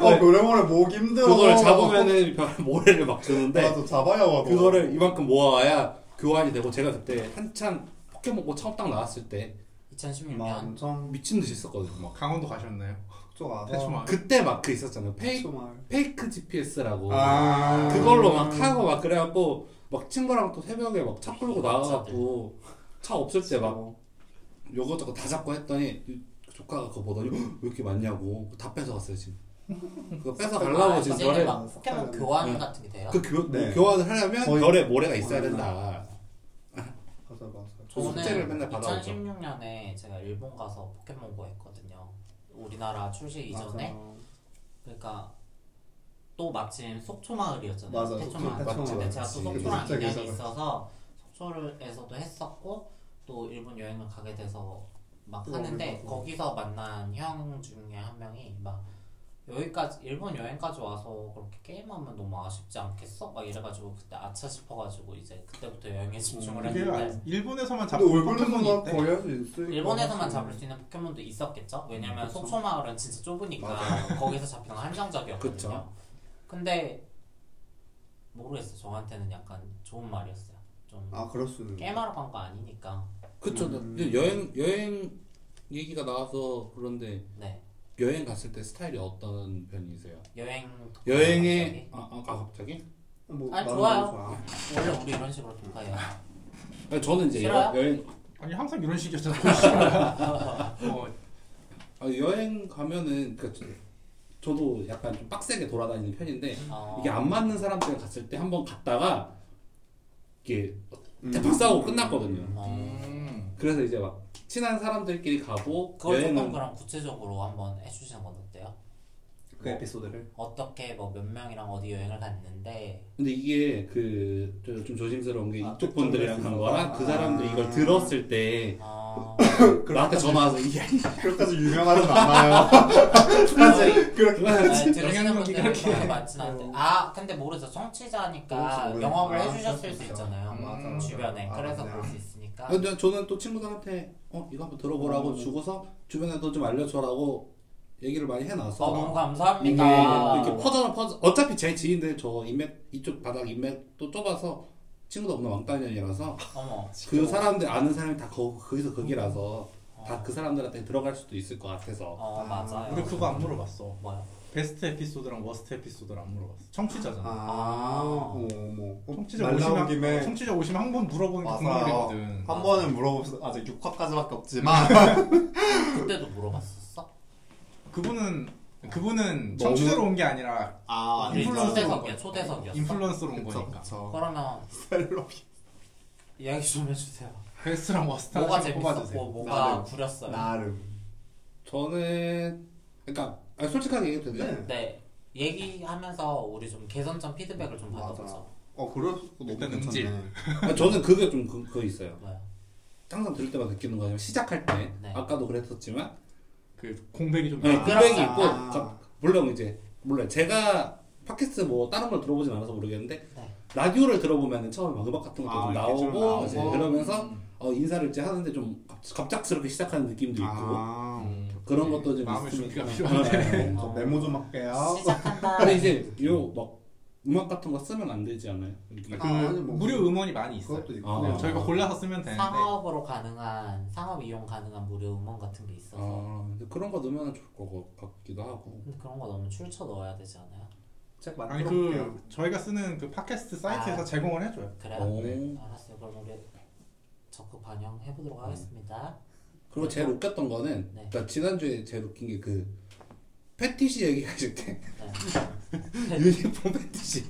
Speaker 3: 어, 노래모래 모으기 힘들어
Speaker 4: 그걸 어, 잡으면은 네. 별 모래를 막 주는데
Speaker 3: 맞아 잡아야 와도
Speaker 4: 그거를 이만큼 모아와야 교환이 되고 제가 그때 한창 포켓몬고 처음 딱 나왔을 때
Speaker 2: 2016년
Speaker 3: 만청
Speaker 4: 미친 듯이 썼거든요. 막
Speaker 1: 강원도 가셨나요?
Speaker 3: 쪽
Speaker 1: 대충
Speaker 3: 와서
Speaker 1: 아.
Speaker 4: 그때 막 그 있었잖아요. 페이,
Speaker 3: 말
Speaker 4: 페이크 GPS라고
Speaker 3: 아
Speaker 4: 그걸로 막 타고 막 그래갖고 막 친구랑 또 새벽에 막 차 끌고 나가갖고 차 없을 때 막 요것저것 다 잡고 했더니 조카가 그거 보더니 왜 이렇게 많냐고 다 뺏어갔어요 지금 그거 뺏어가려고
Speaker 2: 아,
Speaker 4: 지금
Speaker 2: 이제는
Speaker 4: 별에
Speaker 2: 막 포켓몬 교환
Speaker 4: 네.
Speaker 2: 같은 게 돼요.
Speaker 4: 그 교,
Speaker 3: 네.
Speaker 4: 교환을 하려면
Speaker 3: 거의-
Speaker 4: 별에 모래가 있어야
Speaker 3: 거의
Speaker 4: 된다
Speaker 3: 맞아 맞아
Speaker 4: 숙제를
Speaker 2: 저는
Speaker 4: 맨날 받아오죠.
Speaker 2: 2016년에 제가 일본 가서 포켓몬고 했거든요. 우리나라 출시 이전에 그러니까 또 마침 속초 마을이었잖아요.
Speaker 3: 맞아,
Speaker 2: 태초
Speaker 3: 속초,
Speaker 2: 마을.
Speaker 3: 태초
Speaker 2: 근데
Speaker 3: 마을.
Speaker 2: 제가
Speaker 3: 그치.
Speaker 2: 또 속초랑
Speaker 3: 그치,
Speaker 2: 인연이
Speaker 3: 그치.
Speaker 2: 있어서 속초에서도 했었고 또 일본 여행을 가게 돼서 막
Speaker 3: 또
Speaker 2: 하는데
Speaker 3: 어디 가서.
Speaker 2: 거기서 만난 형 중에 한 명이 막 여기까지 일본 여행까지 와서 그렇게 게임하면 너무 아쉽지 않겠어? 막 이래가지고 그때 아차 싶어가지고 이제 그때부터 여행에 집중을
Speaker 3: 음,
Speaker 1: 그게
Speaker 2: 했는데
Speaker 1: 아- 일본에서만
Speaker 3: 근데
Speaker 1: 잡는 포켓몬이
Speaker 3: 얼굴로만
Speaker 1: 있대.
Speaker 3: 거의 할수 있으니까
Speaker 4: 음.
Speaker 2: 일본에서만 잡을 수 있는 포켓몬도 있었겠죠? 왜냐면
Speaker 3: 그쵸.
Speaker 2: 속초 마을은 진짜 좁으니까 거기서 잡히는 건 한정적이었거든요.
Speaker 4: 그쵸.
Speaker 2: 근데 모르겠어요. 저한테는 약간 좋은 말이었어요. 좀
Speaker 3: 아 그럴 수
Speaker 4: 음.
Speaker 3: 있는
Speaker 2: 게임하러 간 거 아니니까.
Speaker 4: 그쵸
Speaker 3: 음.
Speaker 4: 근데 여행 여행 얘기가 나와서 그런데
Speaker 2: 네.
Speaker 4: 여행 갔을 때 스타일이 어떤 편이세요?
Speaker 2: 여행
Speaker 4: 여행에 아, 아, 아 갑자기?
Speaker 3: 뭐,
Speaker 2: 아니,
Speaker 3: 나는
Speaker 2: 좋아요.
Speaker 3: 좋아.
Speaker 2: 갑자기. 원래 우리 이런 식으로 독하예요.
Speaker 4: 아니, 저는 이제 여,
Speaker 2: 싫어요?
Speaker 4: 여행
Speaker 1: 아니 항상 이런 식이었잖아. 어,
Speaker 4: 아, 여행 가면은 그 저- 저도 약간 좀 빡세게 돌아다니는 편인데
Speaker 2: 어,
Speaker 4: 이게 안 맞는 사람들 갔을 때 한번 갔다가 이게
Speaker 3: 음.
Speaker 4: 대박 싸우고 끝났거든요.
Speaker 2: 어,
Speaker 1: 음.
Speaker 4: 그래서 이제 막 친한 사람들끼리 가고
Speaker 2: 그걸 조금
Speaker 4: 여행은
Speaker 2: 그럼 구체적으로 한번 해주시는 건 어때요?
Speaker 3: 그 에피소드를
Speaker 2: 어떻게 뭐 몇 명이랑 어디 여행을 갔는데
Speaker 4: 근데 이게 그 좀 조심스러운 게
Speaker 3: 아,
Speaker 4: 이쪽 분들이랑 간
Speaker 3: 그쪽으로
Speaker 4: 거랑 그
Speaker 3: 아.
Speaker 4: 사람들 이걸 들었을 때
Speaker 2: 어,
Speaker 4: 나한테 전화 와서 이게
Speaker 3: 그렇게까지 유명하진 않아요.
Speaker 2: 그래서 아,
Speaker 3: 그렇게까지.
Speaker 2: 네, 들으시는
Speaker 1: 영향력이
Speaker 2: 분들은
Speaker 1: 그렇게
Speaker 2: 그렇게 많진 않대. 아 근데 모르죠.
Speaker 3: 모르죠,
Speaker 2: 청취자니까
Speaker 3: 모르죠.
Speaker 2: 영업을
Speaker 3: 아,
Speaker 2: 해주셨을 수
Speaker 3: 그렇죠.
Speaker 2: 있잖아요.
Speaker 3: 맞아,
Speaker 1: 음,
Speaker 3: 맞아.
Speaker 2: 주변에
Speaker 3: 아,
Speaker 2: 그래서
Speaker 3: 맞네요.
Speaker 2: 볼 수 있으니까.
Speaker 4: 근데 저는 또 친구들한테 어 이거 한번 들어보라고
Speaker 3: 음.
Speaker 4: 주고서 주변에도 좀 알려줘라고 얘기를 많이 해놔서
Speaker 2: 어, 너무
Speaker 4: 이게
Speaker 2: 감사합니다.
Speaker 4: 이렇게 퍼져나 퍼져 어차피 제 지인들 저 인맥 이쪽 바닥 인맥도 좁아서 친구도 없는 왕따년이라서
Speaker 2: 어머.
Speaker 4: 그 사람들 아는 사람이 다 거, 거기서 거기라서 다 그 사람들한테 들어갈 수도 있을 것 같아서
Speaker 2: 어 맞아요.
Speaker 1: 우리 그거 안 물어봤어.
Speaker 2: 뭐야?
Speaker 1: 베스트 에피소드랑 워스트 에피소드를 안 물어봤어. 청취자잖아.
Speaker 3: 아, 어머.
Speaker 1: 청취자
Speaker 3: 날 나온
Speaker 1: 오시면
Speaker 3: 김에
Speaker 1: 청취자 오시면 한 번 물어보는 게
Speaker 3: 맞아요.
Speaker 1: 궁금하거든.
Speaker 3: 한 번은 물어봅시다. 아직 6화까지밖에 없지만.
Speaker 2: 그때도 물어봤었어?
Speaker 1: 그분은 그분은
Speaker 3: 아. 너무-
Speaker 1: 청취자로 온 게 아니라 그러니까.
Speaker 3: 아,
Speaker 1: 아니, 인플루언서.
Speaker 2: 초대석이야. 초대석이었어.
Speaker 1: 인플루언서로 온
Speaker 3: 그쵸,
Speaker 1: 거니까. 어.
Speaker 3: 그쵸.
Speaker 2: 그러면
Speaker 3: 셀럽이.
Speaker 2: 이야기 좀 해주세요.
Speaker 1: 베스트랑 워스트
Speaker 2: 뭐가
Speaker 1: 하나씩 뽑아주세요.
Speaker 2: 재밌었고 뭐가
Speaker 3: 나름.
Speaker 2: 구렸어요.
Speaker 3: 나름.
Speaker 4: 저는 그러니까 아니, 솔직하게 얘기해도 되나요?
Speaker 2: 네 얘기하면서 우리 좀 개선점 피드백을 좀 받아보자.
Speaker 3: 어, 그래서 너무
Speaker 1: 일단
Speaker 3: 괜찮네.
Speaker 1: 음질.
Speaker 4: 아, 저는 그게 좀 그, 그거 있어요.
Speaker 2: 뭐야?
Speaker 4: 항상 들을 때마다 느끼는 거지만 시작할 때
Speaker 2: 네.
Speaker 4: 아까도 그랬었지만
Speaker 1: 그 공백이 좀
Speaker 4: 네,
Speaker 1: 있다.
Speaker 2: 그럼-
Speaker 4: 공백이
Speaker 2: 아.
Speaker 4: 있고 가- 물론 이제 물론 제가 팟캐스트 뭐 다른 걸 들어보진 않아서 모르겠는데
Speaker 2: 네.
Speaker 4: 라디오를 들어보면 처음에 막 음악 같은 것도
Speaker 3: 아,
Speaker 4: 좀
Speaker 3: 이렇게 좀
Speaker 4: 나오고 이제
Speaker 3: 나오고.
Speaker 4: 그러면서 어, 인사를 이제 하는데 좀 갑- 갑작스럽게 시작하는 느낌도 있고
Speaker 3: 아.
Speaker 1: 음.
Speaker 4: 그런 것도 좀
Speaker 1: 마음의
Speaker 4: 있으면-
Speaker 1: 준비가
Speaker 4: 어,
Speaker 1: 필요한데.
Speaker 4: 어, 어.
Speaker 3: 저 메모 좀 할게요.
Speaker 2: 시작한다.
Speaker 4: 근데 이제 요막 음악 같은 거 쓰면 안 되지 않아요? 이렇게.
Speaker 1: 그
Speaker 3: 아, 아니, 뭐.
Speaker 1: 무료 음원이 많이 있어요. 네.
Speaker 3: 그것도 있고.
Speaker 4: 아.
Speaker 1: 저희가 골라서 쓰면
Speaker 2: 네,
Speaker 1: 되는데
Speaker 2: 상업으로 가능한 상업 이용 가능한 무료 음원 같은 게 있어서
Speaker 4: 아, 근데 그런 거 넣으면 좋을 것 같기도 하고
Speaker 2: 근데 그런 거 너무 출처 넣어야 되지 않아요?
Speaker 3: 책
Speaker 1: 아니
Speaker 3: 만들어볼게요.
Speaker 1: 그 저희가 쓰는 그 팟캐스트 사이트에서
Speaker 2: 아.
Speaker 1: 제공을 해줘요.
Speaker 2: 그래요?
Speaker 4: 네.
Speaker 2: 알았어요. 그럼 우리 적극 반영해 보도록 하겠습니다.
Speaker 4: 그리고 제일 웃겼던 거는
Speaker 2: 네.
Speaker 4: 그러니까 지난주에 제일 웃긴 게 그 패티시 얘기하실 때
Speaker 2: 네.
Speaker 4: 유니폼 패티시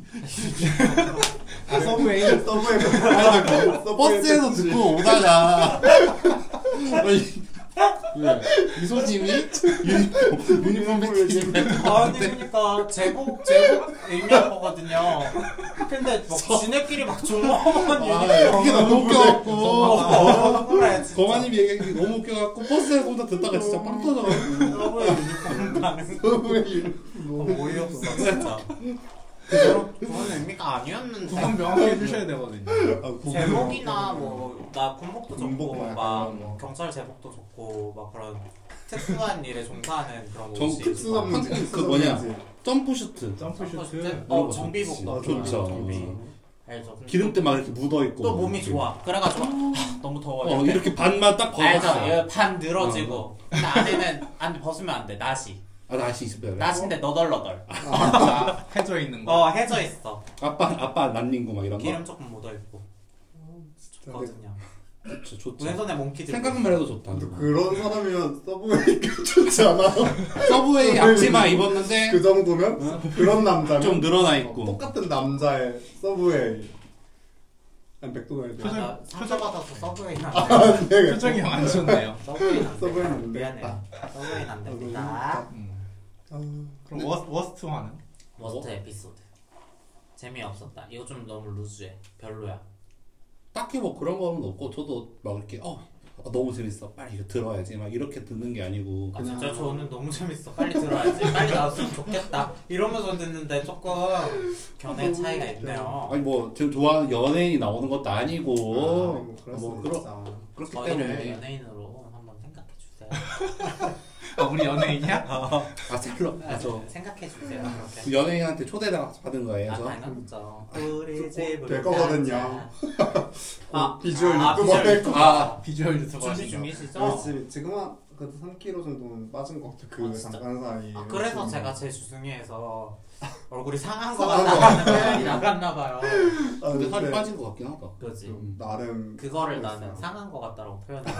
Speaker 1: 아, 서브웨이
Speaker 3: 서브웨이 서브웨이
Speaker 4: 버스에서
Speaker 3: 패치.
Speaker 4: 듣고 오다가 이소진이 유니폼 유니폼 패티시
Speaker 2: 아니 그러니까 제복 제복 의미한 거거든요. 근데 막 지네끼리 아. 막 종목만
Speaker 4: 아, 그게 너무 웃겨갖고
Speaker 2: 억울해
Speaker 4: 거마님 얘기한 게 너무 웃겨갖고 버스에서 오다 듣다가 진짜 빵 터져가지고
Speaker 2: 서브웨이 유니폼 가는 거 어이없어 진짜. 그건 의미가 아니었는데.
Speaker 1: 구분 명확히 해주셔야 되거든요.
Speaker 3: 아, 그-
Speaker 2: 제목이나 뭐 나 군복도
Speaker 3: 군복
Speaker 2: 좋고 뭐.
Speaker 3: 약간
Speaker 2: 막
Speaker 3: 그런 거.
Speaker 2: 경찰 제복도 좋고 막 그런 특수한 일에 종사하는 그런
Speaker 4: 전
Speaker 2: 옷이
Speaker 3: 특수한
Speaker 2: 있고.
Speaker 3: 문제.
Speaker 4: 그
Speaker 3: 특수한
Speaker 4: 뭐냐.
Speaker 3: 문제.
Speaker 4: 점프 슈트
Speaker 1: 점프 슈트
Speaker 2: 어 정비복도
Speaker 4: 아,
Speaker 2: 좋아요,
Speaker 4: 좋죠.
Speaker 2: 정비. 알죠. 근데
Speaker 4: 기름때 막 이렇게 묻어있고
Speaker 2: 또 몸이 좋아. 아, 그래가지고 아, 너무
Speaker 4: 어,
Speaker 2: 더워.
Speaker 4: 이렇게,
Speaker 2: 이렇게
Speaker 4: 반만 딱
Speaker 2: 알죠.
Speaker 4: 벗어
Speaker 2: 반 늘어지고 근데 안에는 안 벗으면 안 돼. 나시.
Speaker 4: 아 날씨 있으면
Speaker 2: 나시인데 너덜너덜.
Speaker 1: 아, 해져 있는 거.
Speaker 2: 어 해져 있어.
Speaker 4: 아빠 아빠 난닝구 막 이런 거
Speaker 2: 기름 조금 묻어 있고.
Speaker 3: 진짜 근데
Speaker 2: 거든요.
Speaker 4: 좋죠 좋죠
Speaker 2: 왼손에 몽키 들고.
Speaker 4: 생각만 해도 좋다
Speaker 3: 근데 그런 사람이면 서브웨이가 좋지 않아요?
Speaker 4: 서브웨이 앞치마 입었는데
Speaker 1: 네.
Speaker 3: 그 정도면?
Speaker 1: 어?
Speaker 3: 그런 남자면?
Speaker 4: 좀 늘어나 있고
Speaker 3: 똑같은 남자의 서브웨이. 아니, 백도날드.
Speaker 1: 표정-
Speaker 2: 그 나 상처받아서 서브웨이나.
Speaker 1: 표정이 안 좋네요.
Speaker 2: 서브웨이는 안
Speaker 3: 서브웨이는
Speaker 2: 돼요.
Speaker 3: 안
Speaker 2: 미안해요. 서브웨이는 안 됩니다.
Speaker 1: 음. 그럼 워스, 워스트 화는?
Speaker 2: 워스트 에피소드. 재미없었다. 이거 좀 너무 루즈해. 별로야.
Speaker 4: 딱히 뭐 그런 거는 없고 저도 막 이렇게 어 아, 너무 재밌어 빨리 이거 들어야지 막 이렇게 듣는 게 아니고
Speaker 2: 아 진짜 저는 너무 재밌어. 빨리 들어야지. 빨리 나왔으면 좋겠다. 이러면서 듣는데 조금 견해 차이가 있네요. 어,
Speaker 4: 아니 뭐 지금 좋아하는 연예인이 나오는 것도 아니고
Speaker 3: 뭐, 그럴
Speaker 4: 뭐
Speaker 3: 수는
Speaker 4: 그러,
Speaker 3: 있죠.
Speaker 4: 그렇기
Speaker 2: 저희를
Speaker 4: 때문에
Speaker 2: 어, 연예인으로 한번 생각해 주세요.
Speaker 1: 아, 우리 연예인이야?
Speaker 4: 아 셀럽
Speaker 2: 네.
Speaker 4: 아, 저
Speaker 2: 생각해 주세요. 그렇게.
Speaker 4: 그 연예인한테 초대를 받은 거예요
Speaker 2: 아,
Speaker 4: 저
Speaker 2: 당연하죠. 우리 집으로
Speaker 3: 될 거거든요.
Speaker 2: 가자.
Speaker 3: 아,
Speaker 2: 아,
Speaker 3: 비주얼
Speaker 2: 아,
Speaker 3: 유튜버
Speaker 2: 비주얼
Speaker 3: 될 거.
Speaker 4: 아,
Speaker 1: 비주얼 유튜버
Speaker 2: 준비
Speaker 1: 하신 거.
Speaker 2: 중이시죠?
Speaker 3: 그렇지. 지금 한, 그래도 3kg 정도는 빠진 것 같아. 그
Speaker 2: 아, 진짜?
Speaker 3: 잠깐 사이에.
Speaker 2: 아,
Speaker 4: 음.
Speaker 2: 그래서 제가 제 주승이에서 얼굴이 상한 거
Speaker 3: 상한 거
Speaker 2: 같다는 표현이 나갔나 봐요.
Speaker 3: 아,
Speaker 4: 근데 살이
Speaker 3: 근데
Speaker 4: 빠진 것 같긴 하다
Speaker 2: 그지.
Speaker 4: 음.
Speaker 3: 좀 나름.
Speaker 2: 그거를
Speaker 4: 그렇죠.
Speaker 3: 그랬어요.
Speaker 2: 나는 상한 거 같다라고 표현해.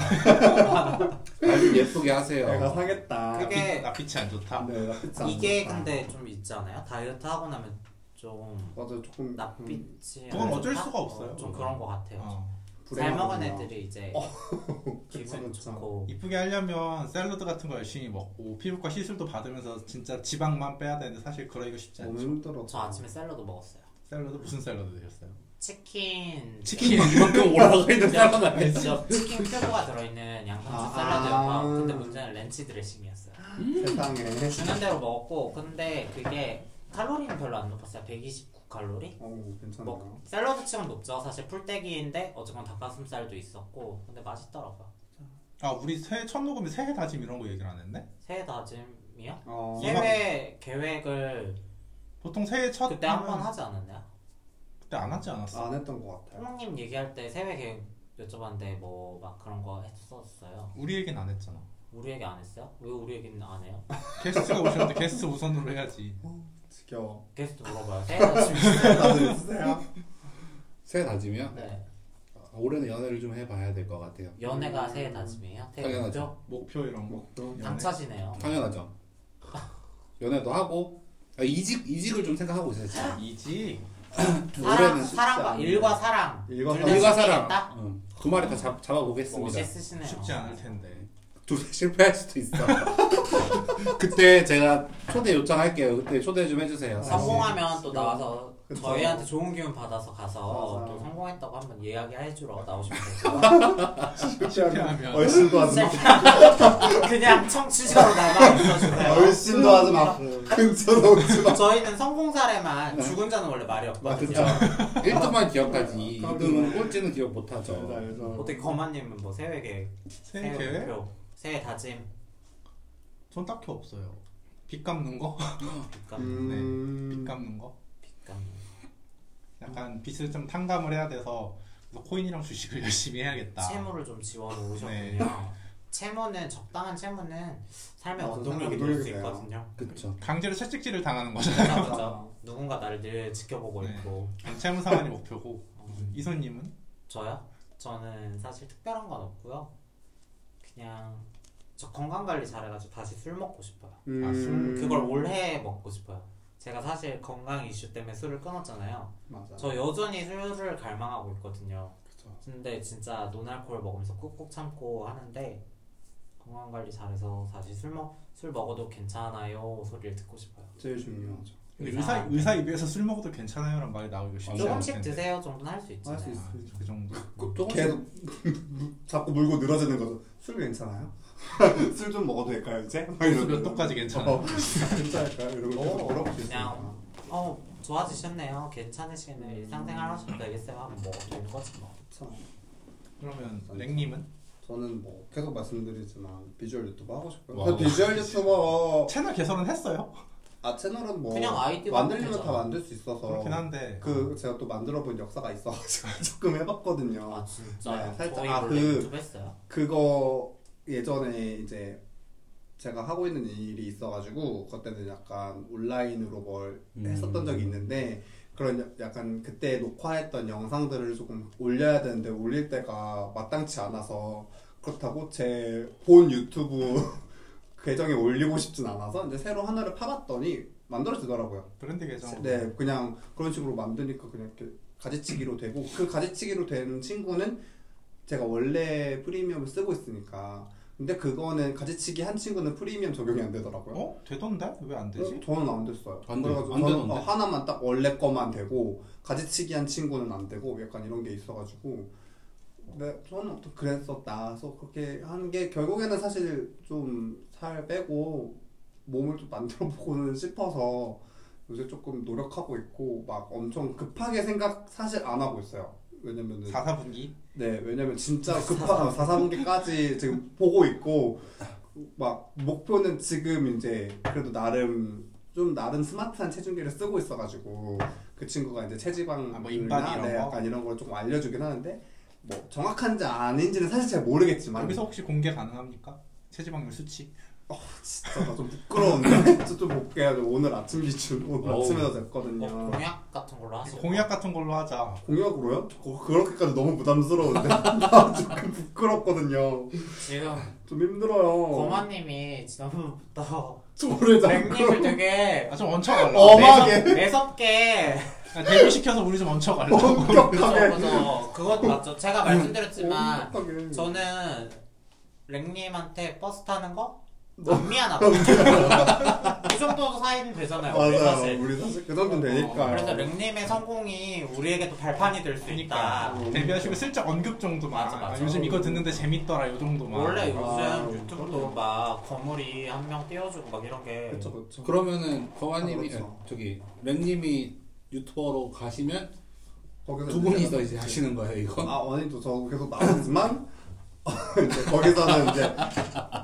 Speaker 4: 아주 예쁘게 하세요
Speaker 3: 내가 사겠다.
Speaker 2: 그게-
Speaker 1: 나 빛이 안 좋다.
Speaker 3: 네, 나쁘지 않다.
Speaker 2: 이게 근데 좀 있지 않아요? 다이어트 하고 나면 좀
Speaker 3: 맞아 조금
Speaker 2: 낯빛이
Speaker 1: 그건
Speaker 2: 좀
Speaker 1: 어쩔
Speaker 2: 타-
Speaker 1: 수가 없어요.
Speaker 2: 어, 좀 그런 것 같아요.
Speaker 1: 어.
Speaker 2: 잘
Speaker 3: 불행하거든요.
Speaker 2: 먹은 애들이 이제 기분
Speaker 3: 그쵸, 그쵸.
Speaker 2: 좋고
Speaker 1: 이쁘게 하려면 샐러드 같은 거 열심히 먹고 피부과 시술도 받으면서 진짜 지방만 빼야 되는데 사실 그러기가 쉽지
Speaker 3: 너무
Speaker 1: 않죠.
Speaker 3: 힘들어.
Speaker 2: 저 아침에 샐러드 먹었어요.
Speaker 1: 샐러드 무슨 샐러드 드셨어요?
Speaker 2: 치킨
Speaker 1: 치킨.
Speaker 4: 이만큼 올라가 있는 사람 아니지
Speaker 2: 그죠? 치킨 큐브가 들어있는 양상 렌치
Speaker 3: 아.
Speaker 2: 샐러드여서 근데 문제는 렌치 드레싱이었어요.
Speaker 3: 세상에.
Speaker 2: 주는 대로 먹었고 근데 그게 칼로리는 별로 안 높았어요. 129 칼로리?
Speaker 3: 어, 괜찮아.
Speaker 2: 뭐 샐러드 치면 높죠. 사실 풀떼기인데 어쨌건 닭가슴살도 있었고 근데 맛있더라고요.
Speaker 1: 아 우리 새해 첫 녹음에 새해 다짐 이런 거 얘기를 안 했네?
Speaker 2: 새해 다짐이요?
Speaker 3: 어.
Speaker 2: 새해 계획을
Speaker 1: 보통 새해 첫
Speaker 2: 그때 한
Speaker 1: 하면
Speaker 2: 번 하지 않았나요?
Speaker 1: 그때 안 하지 않았어?
Speaker 3: 안 했던 것 같아요.
Speaker 2: 부모님 얘기할 때 새해 계획 여쭤봤는데 뭐 막 그런 거 했었어요.
Speaker 1: 우리 얘기는 안 했잖아.
Speaker 2: 우리 얘기 안 했어요? 왜 우리 얘기는 안 해요?
Speaker 1: 게스트가 오셨는데 게스트 우선으로 해야지.
Speaker 3: 지겨워.
Speaker 2: 게스트 물어봐요. 새해 다짐 있어요?
Speaker 3: 다들 쓰세요.
Speaker 4: 새해 다짐이요?
Speaker 2: 네.
Speaker 4: 아, 올해는 연애를 좀 해봐야 될 것 같아요.
Speaker 2: 연애가 새해
Speaker 3: 아,
Speaker 2: 다짐이에요? 새해
Speaker 4: 당연하죠.
Speaker 2: 목표?
Speaker 1: 목표 이런 거.
Speaker 3: 목도.
Speaker 1: 연애.
Speaker 2: 당차시네요.
Speaker 4: 당연하죠. 연애도 하고 아, 이직 이직을 좀 생각하고 있어요. 지금.
Speaker 1: 이지.
Speaker 2: 사랑,
Speaker 4: 올해는
Speaker 2: 아, 사랑과
Speaker 3: 않네.
Speaker 2: 일과 사랑.
Speaker 3: 일과
Speaker 2: 둘다
Speaker 3: 사랑.
Speaker 4: 일과
Speaker 2: 실패했다?
Speaker 4: 사랑 응. 두 마리 다 잡, 잡아보겠습니다.
Speaker 2: 모세 쓰시네요.
Speaker 1: 쉽지 않을 텐데.
Speaker 4: 둘 다 실패할 수도 있어. 그때 제가 초대 요청할게요. 그때 초대 좀 해주세요.
Speaker 2: 성공하면 또 나와서
Speaker 3: 네. 그쵸.
Speaker 2: 저희한테 좋은 기운 받아서 가서
Speaker 3: 맞아요.
Speaker 2: 또 성공했다고 한번 이야기 해주러 나오시면 되고
Speaker 1: 실패하면.
Speaker 3: 아, 얼씬도 하지 마.
Speaker 2: 그냥 청취자로 남아 있어주세요.
Speaker 3: 얼씬도 하지 마. 음. 근처로 오지 마.
Speaker 2: 저희는 성공 사례만 죽은 자는 원래 말이 없거든요.
Speaker 4: 그쵸. 1등만 기억하지.
Speaker 3: 아,
Speaker 4: 2등은 꼴찌는 기억
Speaker 3: 네,
Speaker 4: 못하죠.
Speaker 2: 어떻게 거만님은 뭐 새해 계획, 네.
Speaker 1: 새해 계획?
Speaker 2: 목표, 새해 다짐,
Speaker 1: 전 딱히 없어요. 빚 갚는 거?
Speaker 2: 빚감,
Speaker 1: 빚
Speaker 3: 음.
Speaker 1: 갚는 거?
Speaker 2: 빚감.
Speaker 1: 약간 빚을 좀 탕감을 해야 돼서 그래서 코인이랑 주식을 열심히 해야겠다.
Speaker 2: 채무를 좀 지워놓으셨군요.
Speaker 1: 네.
Speaker 2: 채무는 적당한 채무는 삶의
Speaker 3: 맞아,
Speaker 2: 원동력이 될
Speaker 3: 원동력이
Speaker 2: 수
Speaker 3: 돼요.
Speaker 2: 있거든요.
Speaker 4: 그쵸.
Speaker 1: 강제로 채찍질을 당하는 거죠.
Speaker 2: 그죠, 그죠. 누군가 나를 늘 지켜보고
Speaker 1: 네.
Speaker 2: 있고
Speaker 1: 채무 상환이 목표고
Speaker 2: 어,
Speaker 1: 이소님은
Speaker 2: 저요? 저는 사실 특별한 건 없고요. 그냥 저 건강 관리 잘해가지고 다시 술 먹고 싶어요.
Speaker 3: 음.
Speaker 1: 아, 술.
Speaker 2: 그걸 올해 먹고 싶어요. 제가 사실 건강 이슈 때문에 술을 끊었잖아요.
Speaker 3: 맞아.
Speaker 2: 저 여전히 술을 갈망하고 있거든요.
Speaker 3: 그쵸.
Speaker 2: 근데 진짜 논알코올 먹으면서 꾹꾹 참고 하는데 건강 관리 잘해서 다시 술, 먹, 술 먹어도 괜찮아요 소리를 듣고 싶어요.
Speaker 3: 제일 중요하죠.
Speaker 1: 근데 의사 의사 입에서 술 먹어도 괜찮아요라는 말이 나오기가 쉽지 않을 텐데.
Speaker 2: 조금씩 드세요 정도는 할 수 있잖아요.
Speaker 3: 할수 있어요.
Speaker 1: 아, 그 정도.
Speaker 4: 조금씩
Speaker 3: 계속 자꾸 물고 늘어지는 거죠. 술 괜찮아요? 술 좀 먹어도 될까요 이제?
Speaker 1: 도수 몇 도까지 괜찮아?
Speaker 3: 어, 괜찮을까요? 이러고 계속 물어볼 수 있어요.
Speaker 2: 그냥 어 좋아지셨네요. 괜찮으시겠네요.
Speaker 1: 음.
Speaker 2: 일상생활 하셔도 되겠어요. 한번 먹어도 되는 거지 뭐.
Speaker 3: 참,
Speaker 1: 그러면 랭님은
Speaker 3: 저는 뭐 계속 말씀드리지만 비주얼 유튜버 하고 싶고요.
Speaker 4: 와우.
Speaker 3: 그 비주얼 유튜버
Speaker 1: 채널 개설은 했어요?
Speaker 3: 아 채널은 뭐
Speaker 2: 그냥 아이디만
Speaker 3: 만들려면
Speaker 2: 되죠.
Speaker 3: 다 만들 수 있어서
Speaker 1: 그렇긴 한데
Speaker 3: 그 제가 또 만들어본 역사가 있어가지고 조금 해봤거든요.
Speaker 2: 아 진짜
Speaker 3: 네, 살짝-
Speaker 2: 저희
Speaker 3: 아,
Speaker 2: 원래
Speaker 3: 그-
Speaker 2: 유튜브 했어요.
Speaker 3: 그거 예전에 이제 제가 하고 있는 일이 있어가지고 그때는 약간 온라인으로 뭘
Speaker 4: 음.
Speaker 3: 했었던 적이 있는데 그런 야- 약간 그때 녹화했던 영상들을 조금 올려야 되는데 올릴 때가 마땅치 않아서 그렇다고 제 본 유튜브 계정에 올리고 싶진 않아서 이제 새로 하나를 파봤더니 만들어지더라고요.
Speaker 1: 브랜드 계정.
Speaker 3: 네, 그냥 그런 식으로 만드니까 그냥 이렇게 가지치기로 되고 그 가지치기로 된 친구는 제가 원래 프리미엄을 쓰고 있으니까 근데 그거는 가지치기 한 친구는 프리미엄 적용이 안 되더라고요.
Speaker 1: 어 되던데 왜 안 되지?
Speaker 3: 어, 저는 안 됐어요.
Speaker 4: 안 돼,
Speaker 3: 그래가지고
Speaker 4: 안
Speaker 3: 저는
Speaker 4: 되던데?
Speaker 3: 어, 하나만 딱 원래 거만 되고 가지치기 한 친구는 안 되고 약간 이런 게 있어가지고 네, 저는 어떻게 그랬었다. 그래서 그렇게 한 게 결국에는 사실 좀 살 빼고 몸을 좀 만들어보고는 싶어서 요새 조금 노력하고 있고 막 엄청 급하게 생각 사실 안 하고 있어요. 왜냐면은
Speaker 1: 사사분기.
Speaker 3: 네, 왜냐면 진짜 급한 4, 4분기까지 지금 보고 있고 막 목표는 지금 이제 그래도 나름 좀 나름 스마트한 체중계를 쓰고 있어가지고 그 친구가 이제 체지방
Speaker 1: 아, 뭐 인바디 이런
Speaker 3: 네,
Speaker 1: 거?
Speaker 3: 약간 이런 걸 조금 알려주긴 하는데 뭐 정확한지 아닌지는 사실 잘 모르겠지만
Speaker 1: 여기서 혹시 공개 가능합니까? 체지방률 수치.
Speaker 3: 진짜 나좀 부끄러운데 저좀 볼게요 오늘 아침 기준 오늘
Speaker 4: 어우.
Speaker 3: 아침에 서
Speaker 2: 뭐
Speaker 3: 잤거든요
Speaker 2: 공약 같은 걸로
Speaker 3: 아, 네.
Speaker 2: 하시고
Speaker 1: 공약 같은 걸로 하자.
Speaker 3: 공약으로요? 저 그렇게까지 너무 부담스러운데 나 조금 부끄럽거든요
Speaker 2: 지금
Speaker 3: 좀 힘들어요
Speaker 2: 거마님이 지난번부터
Speaker 3: 저를
Speaker 2: 랭님을 되게
Speaker 1: 아 좀 얹혀갈라.
Speaker 3: 어. 엄하게.
Speaker 2: 매섭- 매섭게
Speaker 1: 아, 데뷔시켜서 우리 좀 얹혀갈라.
Speaker 3: 엄격하게
Speaker 2: 그죠 그죠 그건 맞죠
Speaker 3: 음.
Speaker 2: 제가 말씀드렸지만 저는 랭님한테 버스 타는 거 안 미안하다. 이 정도 사이는 되잖아요. 우리
Speaker 3: 맞아요.
Speaker 2: 사실.
Speaker 3: 우리 사실 그 정도 되니까.
Speaker 2: 어, 그래서 릉님의 성공이 우리에게도 발판이 될 수 있다.
Speaker 3: 음.
Speaker 1: 그러니까 데뷔하시고 슬쩍 언급 정도만
Speaker 2: 맞아, 맞아.
Speaker 1: 아, 요즘 이거 듣는데 재밌더라 요 정도만
Speaker 2: 원래 요즘
Speaker 3: 아,
Speaker 2: 유튜브도 막 건물이 한 명 띄워주고 막 이런 게
Speaker 3: 그렇죠, 그렇죠.
Speaker 4: 그러면은 거화님이
Speaker 3: 그렇죠.
Speaker 4: 아, 저기 랭님이 유튜버로 가시면
Speaker 3: 거기서
Speaker 4: 두 분이서 이제 하시는 거예요 이거.
Speaker 3: 아 원인도 저 계속 나오지만 이제 거기서는 이제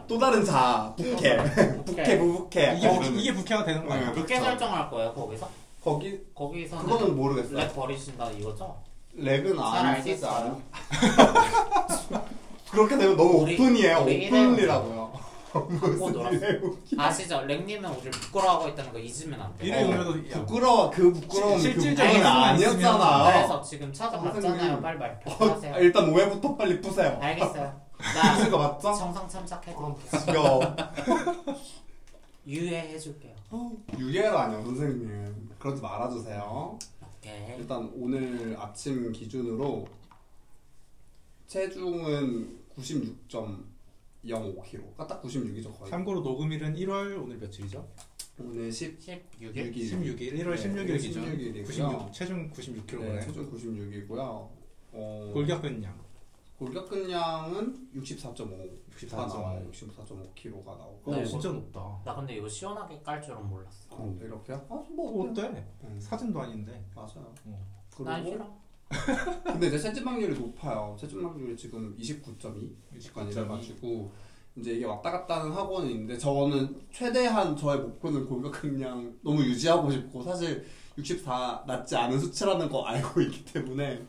Speaker 3: 또 다른 자 북해 북해 부북해
Speaker 1: 이게,
Speaker 3: 어,
Speaker 1: 부- 이게 부캐가 되는 거야
Speaker 3: 네.
Speaker 2: 늦게 설정할 거예요 거기서?
Speaker 3: 거기
Speaker 2: 거기서는
Speaker 3: 그거는 모르겠어요.
Speaker 2: 렉 버리신다 이거죠?
Speaker 3: 렉은
Speaker 2: 잘
Speaker 3: 안 쓰지
Speaker 2: 알겠어요.
Speaker 3: 않아. 그렇게 되면 너무
Speaker 2: 우리-
Speaker 3: 오픈이에요.
Speaker 2: 우리
Speaker 3: 오픈이라고요.
Speaker 2: 갖고 놀았어.
Speaker 3: 이래요.
Speaker 2: 아시죠? 렉님은 우리를 부끄러워하고 있다는 거 잊으면 안 돼요.
Speaker 3: 어,
Speaker 1: 이래 오늘도
Speaker 3: 부끄러워 그 부끄러운
Speaker 1: 실-
Speaker 3: 그
Speaker 1: 실질적인
Speaker 3: 부끄러움이
Speaker 1: 상황이
Speaker 3: 아니었잖아요.
Speaker 2: 그래서 지금 찾아봤잖아요.
Speaker 3: 선생님.
Speaker 2: 빨리
Speaker 3: 어,
Speaker 2: 발표하세요.
Speaker 3: 일단 오해부터 빨리 푸세요.
Speaker 2: 알겠어요.
Speaker 3: 푸는
Speaker 2: 나
Speaker 3: 거 맞죠?
Speaker 2: 정상 참작해도
Speaker 3: 지겨워.
Speaker 2: 유예해줄게요.
Speaker 3: 어, 유예라 아니야 선생님. 그러지 말아주세요.
Speaker 2: 오케이.
Speaker 3: 일단 오늘 아침 기준으로 체중은 96.05kg. 아, 딱 96이죠 거의.
Speaker 1: 참고로 녹음일은 1월 오늘 며칠이죠?
Speaker 3: 오늘 10
Speaker 2: 16일.
Speaker 1: 16일 1월
Speaker 3: 네,
Speaker 1: 16일 기준
Speaker 3: 16일 이고요.
Speaker 1: 96 체중 96kg
Speaker 3: 네, 체중 96이고요. 어,
Speaker 1: 골격근량
Speaker 3: 골격근량은 64.5. 64 나와요. 뭐.
Speaker 1: 64.5
Speaker 3: 64.5kg 가 나오고.
Speaker 1: 오
Speaker 2: 네.
Speaker 1: 어, 진짜 높다
Speaker 2: 나 근데 이거 시원하게 깔 줄은 몰랐어.
Speaker 3: 어, 이렇게요? 아,
Speaker 1: 뭐
Speaker 3: 뭐 어때?
Speaker 1: 어때?
Speaker 3: 음,
Speaker 1: 사진도 아닌데
Speaker 3: 맞아요.
Speaker 1: 어.
Speaker 2: 난
Speaker 3: 그리고
Speaker 2: 싫어.
Speaker 3: 근데 이제 체지방률이 높아요. 체지방률이 지금 29.2. 관이라
Speaker 1: 69.2
Speaker 3: 가지고 이제 이게 왔다 갔다 하는 학원이 있는데 저는 최대한 저의 목표는 골격근량 너무 유지하고 싶고 사실 64 낮지 않은 수치라는 거 알고 있기 때문에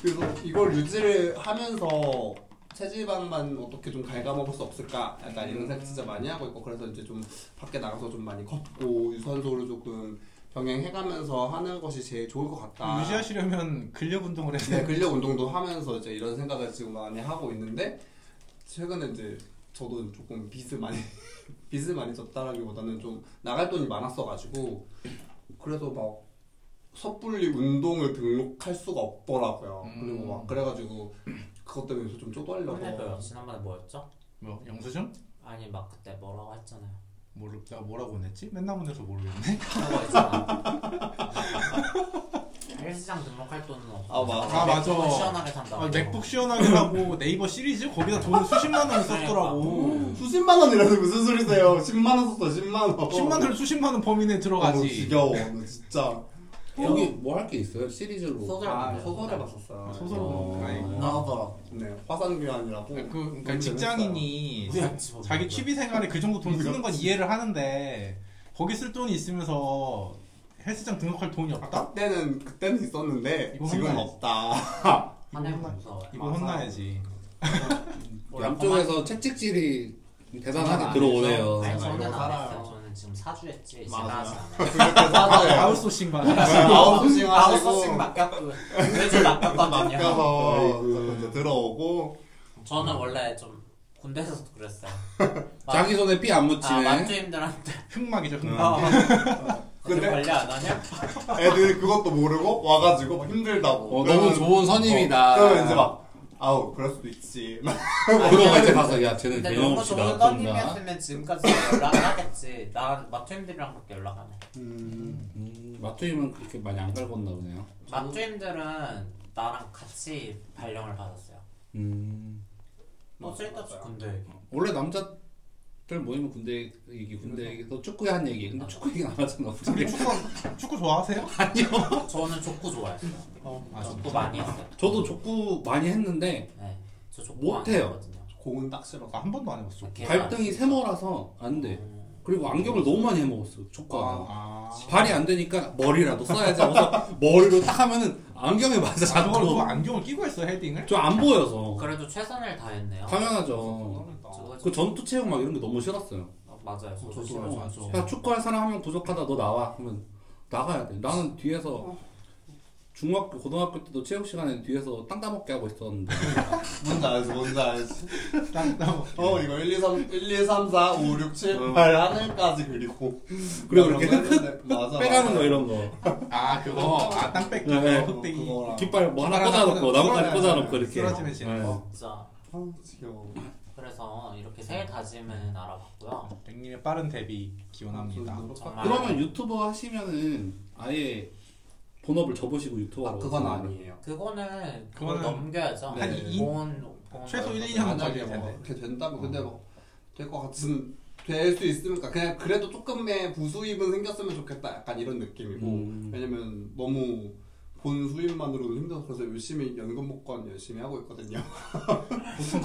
Speaker 3: 그래서 이걸 유지를 하면서 체지방만 어떻게 좀 갉아먹을 수 없을까 약간 이런 생각 진짜 많이 하고 있고 그래서 이제 좀 밖에 나가서 좀 많이 걷고 유산소를 조금 병행해가면서 하는 것이 제일 좋을 것 같다.
Speaker 1: 그 유지하시려면 근력 운동을 해야
Speaker 3: 네,
Speaker 1: 돼
Speaker 3: 근력 운동도 하면서 이제 이런 생각을 지금 많이 하고 있는데 최근에 이제 저도 조금 빚을 많이 빚을 많이 졌다라기보다는 좀 나갈 돈이 많았어가지고 그래서 막 섣불리 운동을 등록할 수가 없더라고요.
Speaker 1: 음.
Speaker 3: 그리고 막 그래가지고 그것 때문에 요새 좀
Speaker 2: 오늘도요.
Speaker 3: 쪼달려서
Speaker 2: 그 지난번에 뭐였죠?
Speaker 1: 뭐 영수증?
Speaker 2: 아니 막 그때 뭐라고 했잖아요.
Speaker 1: 모르, 나 뭐라고 보냈지? 맨날 보내서 모르겠네
Speaker 2: 그거 있잖아. 헬스장 등록할 돈은 없어.
Speaker 3: 아, 맞-
Speaker 1: 아, 맞아.
Speaker 2: 시원하게 산다.
Speaker 1: 아, 맥북 시원하게 하고 네이버 시리즈? 거기다 돈을 수십만 원을 썼더라고
Speaker 3: 아, 뭐, 수십만 원이라서 무슨 소리세요? 10만 원 썼어 10만 원.
Speaker 1: 10만 원 수십만 원 범인에
Speaker 3: 어,
Speaker 1: 들어가지
Speaker 3: 지겨워 너 진짜.
Speaker 4: 여기 뭐 할 게 있어요 시리즈로?
Speaker 2: 소설 봤어요.
Speaker 3: 아,
Speaker 2: 네. 아,
Speaker 3: 봤었어요.
Speaker 1: 소설
Speaker 4: 어.
Speaker 1: 아이고.
Speaker 3: 나와봐. 네 화산 교환이라고.
Speaker 4: 네,
Speaker 1: 그, 그러니까
Speaker 3: 너무
Speaker 1: 직장인이
Speaker 2: 재밌어요.
Speaker 1: 자-
Speaker 2: 집어넣는
Speaker 1: 자기
Speaker 2: 거야?
Speaker 1: 취미 생활에 그 정도 돈 쓰는 건 이해를 하는데 거기 쓸 돈이 있으면서 헬스장 등록할 돈이 없다?
Speaker 3: 아, 그때는 그때는 있었는데
Speaker 1: 이거
Speaker 3: 지금
Speaker 1: 혼나야지.
Speaker 3: 없다.
Speaker 2: 하늘 무서워요.
Speaker 1: 이거 혼나야지.
Speaker 4: 양쪽에서 채찍질이
Speaker 2: 안
Speaker 4: 대단하게 들어오네요.
Speaker 2: 아니,
Speaker 3: 제가
Speaker 2: 저는
Speaker 3: 이거
Speaker 2: 안
Speaker 3: 살아요.
Speaker 2: 했어요. 저는 지금 사주 했지. 네,
Speaker 3: 맞아요.
Speaker 2: 지나가지 않아요. 네,
Speaker 1: 아웃소싱 네, 받아.
Speaker 3: 아웃소싱
Speaker 2: 아웃소싱
Speaker 3: 하시고
Speaker 2: 맡겼고 요즘
Speaker 4: 아,
Speaker 2: 맡겼거든요.
Speaker 3: 맡겨서
Speaker 4: 아이고.
Speaker 2: 음.
Speaker 3: 자꾸 네, 이제 들어오고
Speaker 2: 저는 원래 좀 군대에서도 그랬어요.
Speaker 4: 자기 손에 피 안
Speaker 2: 아,
Speaker 4: 묻히네.
Speaker 2: 만주임들한테
Speaker 1: 흑막이죠, 흑막.
Speaker 2: 어, 근데
Speaker 3: 근데-
Speaker 2: 관리 안 하냐?
Speaker 3: 애들이 그것도 모르고 와가지고 막 힘들다고.
Speaker 4: 어, 너무
Speaker 3: 그러면-
Speaker 4: 좋은 선임이다.
Speaker 3: 어, 그러면 이제 막 아우 그럴 수도 있지.
Speaker 4: 그러고 이제 가서 야 쟤는
Speaker 2: 근데
Speaker 4: 개념
Speaker 2: 너무
Speaker 4: 없이
Speaker 2: 좋은
Speaker 4: 나왔구나.
Speaker 2: 선임이었으면 지금까지 연락 안 하겠지. 난 마트임들이랑밖에 연락 안 해.
Speaker 3: 음,
Speaker 4: 음, 마트임은 그렇게 많이 안 갈궜나 보네요.
Speaker 2: 마트임들은 나랑 같이 발령을 받았어요.
Speaker 4: 음,
Speaker 2: 또 쓸데없이 군대 얘기.
Speaker 4: 원래 남자들 모이면 군대 얘기, 군대 얘기, 또 축구에 한 얘기. 근데 축구 얘기 안 하잖아.
Speaker 1: 근데 축구, 축구 좋아하세요?
Speaker 2: 저는 족구 좋아했어요.
Speaker 1: 아,
Speaker 2: 족구 많이 했어요.
Speaker 4: 저도 족구 많이 했는데
Speaker 2: 네, 저 족구
Speaker 4: 못해요.
Speaker 2: 많이
Speaker 3: 공은 딱 싫어.
Speaker 1: 아, 한 번도 안 해봤어.
Speaker 2: 했거든요.
Speaker 4: 발등이 세모라서 안 돼. 그리고 안경을 너무 많이 해먹었어. 족구하다.
Speaker 1: 아.
Speaker 4: 발이 안 되니까 머리라도 써야지 하고서 머리로 딱 하면은 안경에 맞아
Speaker 1: 아, 저걸 그
Speaker 4: 자꾸.
Speaker 1: 안경을 끼고 했어, 헤딩을?
Speaker 4: 좀 안 보여서.
Speaker 2: 어, 그래도 최선을 다했네요. 어,
Speaker 4: 당연하죠.
Speaker 2: 저거
Speaker 4: 그 전투 체육 막 이런 게 너무 싫었어요.
Speaker 2: 어, 맞아요.
Speaker 3: 저도
Speaker 2: 저도
Speaker 1: 맞아.
Speaker 2: 싫어요.
Speaker 4: 야 축구할 사람 한 명 부족하다 너 나와 하면 나가야 돼. 나는 뒤에서 중학교 고등학교 때도 체육 시간에 뒤에서 땅 따먹게 하고 있었는데
Speaker 3: 뭔지 알지 뭔지 알지.
Speaker 1: 난, 나 뭐.
Speaker 3: 어 이거 1, 2, 3, 1, 2, 3, 4, 5, 6, 7, 8 하늘까지 그리고
Speaker 4: 어. 그리고 이렇게
Speaker 3: 그런 거
Speaker 4: 흙
Speaker 3: 했는데. 맞아,
Speaker 4: 빼가는
Speaker 3: 맞아.
Speaker 4: 거 이런 거
Speaker 1: 아, 그거. 아, 땅 뺏기.
Speaker 4: 네, 네.
Speaker 1: 흑대기.
Speaker 3: 어, 그거랑.
Speaker 4: 깃발 뭐 하나
Speaker 1: 깃발 하나 꽂아-
Speaker 4: 꽂아놓고 네. 나뭇가지 꽂아놓고 이렇게
Speaker 1: 쓰러지면 지는
Speaker 4: 네.
Speaker 1: 거.
Speaker 2: 진짜
Speaker 3: 아 지겨워.
Speaker 2: 그래서 이렇게 새 다짐은 알아봤고요.
Speaker 1: 랭님의 빠른 데뷔 기원합니다.
Speaker 3: 음, 아,
Speaker 2: 정말.
Speaker 4: 그러면 유튜버 하시면은 아예 본업을 접으시고 유튜버로
Speaker 3: 아, 그건 아니에요.
Speaker 2: 그거는 그걸
Speaker 1: 그거는
Speaker 2: 넘겨야죠.
Speaker 3: 한
Speaker 1: 이-
Speaker 2: 보험- 보험
Speaker 1: 최소
Speaker 2: 걸고.
Speaker 1: 1, 2년
Speaker 3: 만약에
Speaker 1: 걸릴
Speaker 3: 뭐
Speaker 1: 텐데.
Speaker 3: 이렇게 된다면 근데 뭐될것 같은 될 수 있으니까 그냥 그래도 조금의 부수입은 생겼으면 좋겠다 약간 이런 느낌이고
Speaker 4: 음.
Speaker 3: 왜냐면 너무 본 수입만으로도 힘들어서 그래서 열심히 연금 복권 열심히 하고 있거든요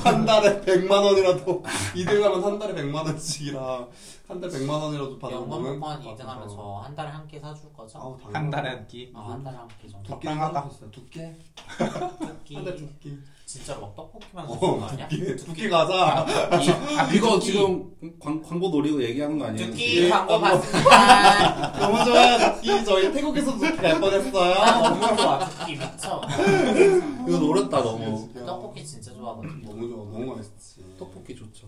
Speaker 3: 한 달에 100만 원이라도 이득하면 한 달에 100만 원씩이라 한 달에 100만 원이라도 받으면 너무
Speaker 2: 연금 복권
Speaker 3: 행복할 것
Speaker 2: 2등 하면
Speaker 3: 같아서.
Speaker 2: 저 한 달에 한 끼 사줄 거죠?
Speaker 3: 아우, 당연하다.
Speaker 1: 한 달에 한 끼.
Speaker 2: 아, 한 달에 한 끼 정도.
Speaker 3: 두께
Speaker 1: 적당하다.
Speaker 3: 사줬어요. 두께
Speaker 2: 떡볶이.
Speaker 3: 한 달 두께
Speaker 2: 진짜 막 떡볶이만
Speaker 3: 어,
Speaker 2: 사줄 거 아니야?
Speaker 3: 두께 두께 가자
Speaker 4: 아, 이거 지금 광, 광고 노리고 얘기하는 거
Speaker 3: 네.
Speaker 4: 아니에요?
Speaker 2: 두끼 광고 봤습니다.
Speaker 3: 너무 좋아요 두께 저희 태국에서 두께 갈 뻔했어요
Speaker 2: 너무 좋아. 두끼 미쳐. 음.
Speaker 4: 이거 노렸다 너무.
Speaker 3: 네.
Speaker 2: 떡볶이 진짜 좋아하거든요.
Speaker 3: 너무 좋아 너무 맛있지
Speaker 4: 네, 떡볶이 좋죠.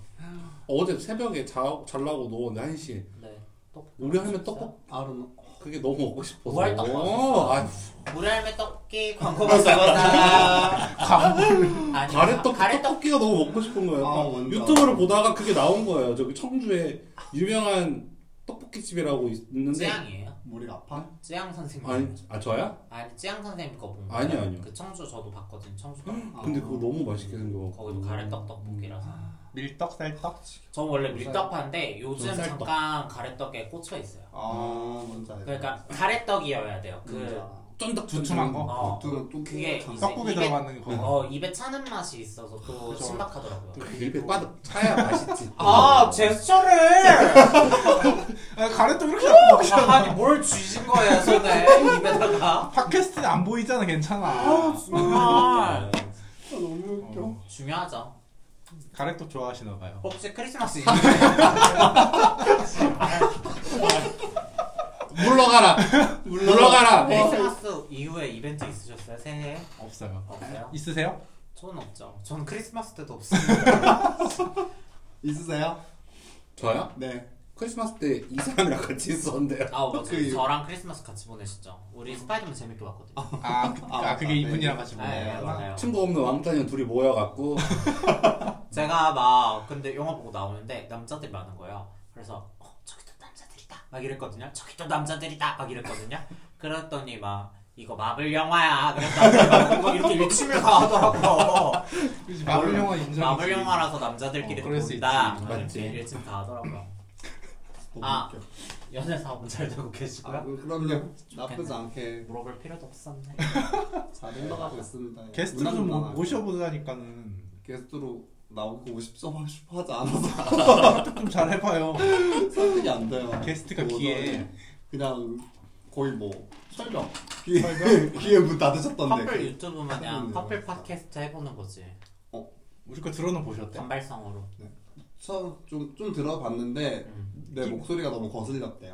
Speaker 4: 어제 새벽에 자, 자려고 누웠는데 1시
Speaker 2: 네. 떡볶이
Speaker 4: 우리 할매
Speaker 2: 진짜. 뭐
Speaker 4: 떡볶
Speaker 3: 아름
Speaker 4: 그게 너무 먹고 싶어서.
Speaker 2: 우할 떡볶이.
Speaker 4: 어, 아,
Speaker 2: 우리 할매 떡볶이
Speaker 3: 아,
Speaker 2: 광고 봤습니다. 아니,
Speaker 4: 가래떡
Speaker 2: 가래떡
Speaker 4: 떡볶이가 너무 먹고 싶은 거예요.
Speaker 3: 아,
Speaker 4: 딱
Speaker 3: 뭔지
Speaker 4: 유튜브를 보다가 그게 나온 거예요. 저기 청주에 유명한 떡볶이 집이라고 있는데
Speaker 2: 쯔양이에요?
Speaker 3: 머리가 아파?
Speaker 2: 쯔양 선생님.
Speaker 4: 아니 아 저야?
Speaker 2: 아니 쯔양 선생님 거 보면
Speaker 4: 아니요, 아니요.
Speaker 2: 그 청주 저도 봤거든 청주
Speaker 3: 음.
Speaker 2: 떡
Speaker 3: 아,
Speaker 4: 근데
Speaker 3: 어.
Speaker 4: 그거 너무 맛있게 생겨.
Speaker 2: 아. 거기도 가래떡 떡볶이라서
Speaker 1: 밀떡, 쌀떡.
Speaker 2: 전 원래 밀떡 파는데 요즘
Speaker 4: 쌀떡.
Speaker 2: 잠깐 가래떡에 꽂혀 있어요
Speaker 3: 아 뭔지 알겠다
Speaker 2: 그러니까 가래떡이어야 돼요
Speaker 3: 뭔지
Speaker 2: 그
Speaker 3: 알아.
Speaker 4: 쫀득
Speaker 1: 두툼한 거.
Speaker 2: 어,
Speaker 3: 음. 또- 또
Speaker 2: 그게
Speaker 3: 참-
Speaker 2: 이제
Speaker 1: 떡국에
Speaker 2: 입에-
Speaker 1: 들어가는 거.
Speaker 2: 어, 입에 차는 맛이 있어서 또
Speaker 1: 그죠.
Speaker 2: 신박하더라고요
Speaker 4: 입에 빠득 차야 맛있지.
Speaker 2: 아 제스처를
Speaker 1: 아, 가래떡 이렇게 잡고 먹잖아.
Speaker 2: 아니 뭘 쥐신 거예요 손에 입에다가
Speaker 1: 팟캐스트는 안 보이잖아, 괜찮아.
Speaker 2: 정말
Speaker 3: 아, 너무 웃겨
Speaker 1: 어,
Speaker 2: 중요하죠
Speaker 1: 가래떡 좋아하시나 봐요.
Speaker 2: 혹시 크리스마스 이브
Speaker 4: 물러가라.
Speaker 1: 아,
Speaker 4: 물러가라.
Speaker 1: 네.
Speaker 2: 크리스마스 이후에 이벤트 있으셨어요 새해
Speaker 1: 없어요.
Speaker 2: 없어요?
Speaker 1: 있으세요?
Speaker 2: 저는 없죠. 전 크리스마스 때도 없습니다.
Speaker 3: 있으세요?
Speaker 4: 저요?
Speaker 3: 네
Speaker 4: 크리스마스 때 이 사람이랑 같이 있었는데요.
Speaker 2: 아, 맞아.
Speaker 3: 그-
Speaker 2: 저랑 크리스마스 같이 보내셨죠. 우리 스파이더맨 재밌게 봤거든요.
Speaker 1: 음. 아, 그,
Speaker 3: 아,
Speaker 1: 아, 그게
Speaker 3: 맞다.
Speaker 1: 이분이랑 같이
Speaker 2: 네,
Speaker 1: 보네요.
Speaker 2: 맞아요.
Speaker 4: 친구 없는 왕따년 둘이 모여갖고
Speaker 2: 제가 막 근데 영화 보고 나오는데 남자들이 많은 거예요. 그래서 어, 저기 또 남자들이다 막 이랬거든요. 저기 또 남자들이다 막 이랬거든요. 그랬더니 막 이거 마블 영화야. 그랬더니 막 이렇게 일침을 가하더라고.
Speaker 1: 마블 영화 인정.
Speaker 2: 마블 영화라서 남자들끼리
Speaker 1: 어, 그럴 수
Speaker 2: 본다.
Speaker 1: 있지.
Speaker 2: 막
Speaker 4: 맞지.
Speaker 2: 이렇게 일침 다 하더라고요.
Speaker 3: 너무
Speaker 2: 아.
Speaker 3: 웃겨
Speaker 2: 연애 사업은 잘 되고
Speaker 3: 아,
Speaker 2: 계시고요.
Speaker 3: 그럼요 나쁘지 않게
Speaker 2: 물어볼 필요도 없었네.
Speaker 3: 잘 흘러가고 있습니다
Speaker 1: 게스트로 좀 모-
Speaker 3: 무난무난하게.
Speaker 1: 모셔보자니까는
Speaker 3: 게스트로 나오고 싶어, 싶어 하지 않아서
Speaker 1: 좀 잘 해봐요.
Speaker 3: 설득이 안 돼요
Speaker 1: 게스트가
Speaker 3: 뭐,
Speaker 1: 기회에.
Speaker 3: 그냥 거의 뭐 설명 아, 예. 기회 기회 문 닫으셨던데
Speaker 2: 커플 유튜브 마냥
Speaker 3: 그러네요.
Speaker 2: 커플 팟캐스트 해보는 거지.
Speaker 1: 우리 거 들어는 보셨대.
Speaker 2: 아, 단발성으로.
Speaker 3: 저좀좀 들어봤는데
Speaker 2: 음.
Speaker 3: 내 목소리가 너무 거슬렸대요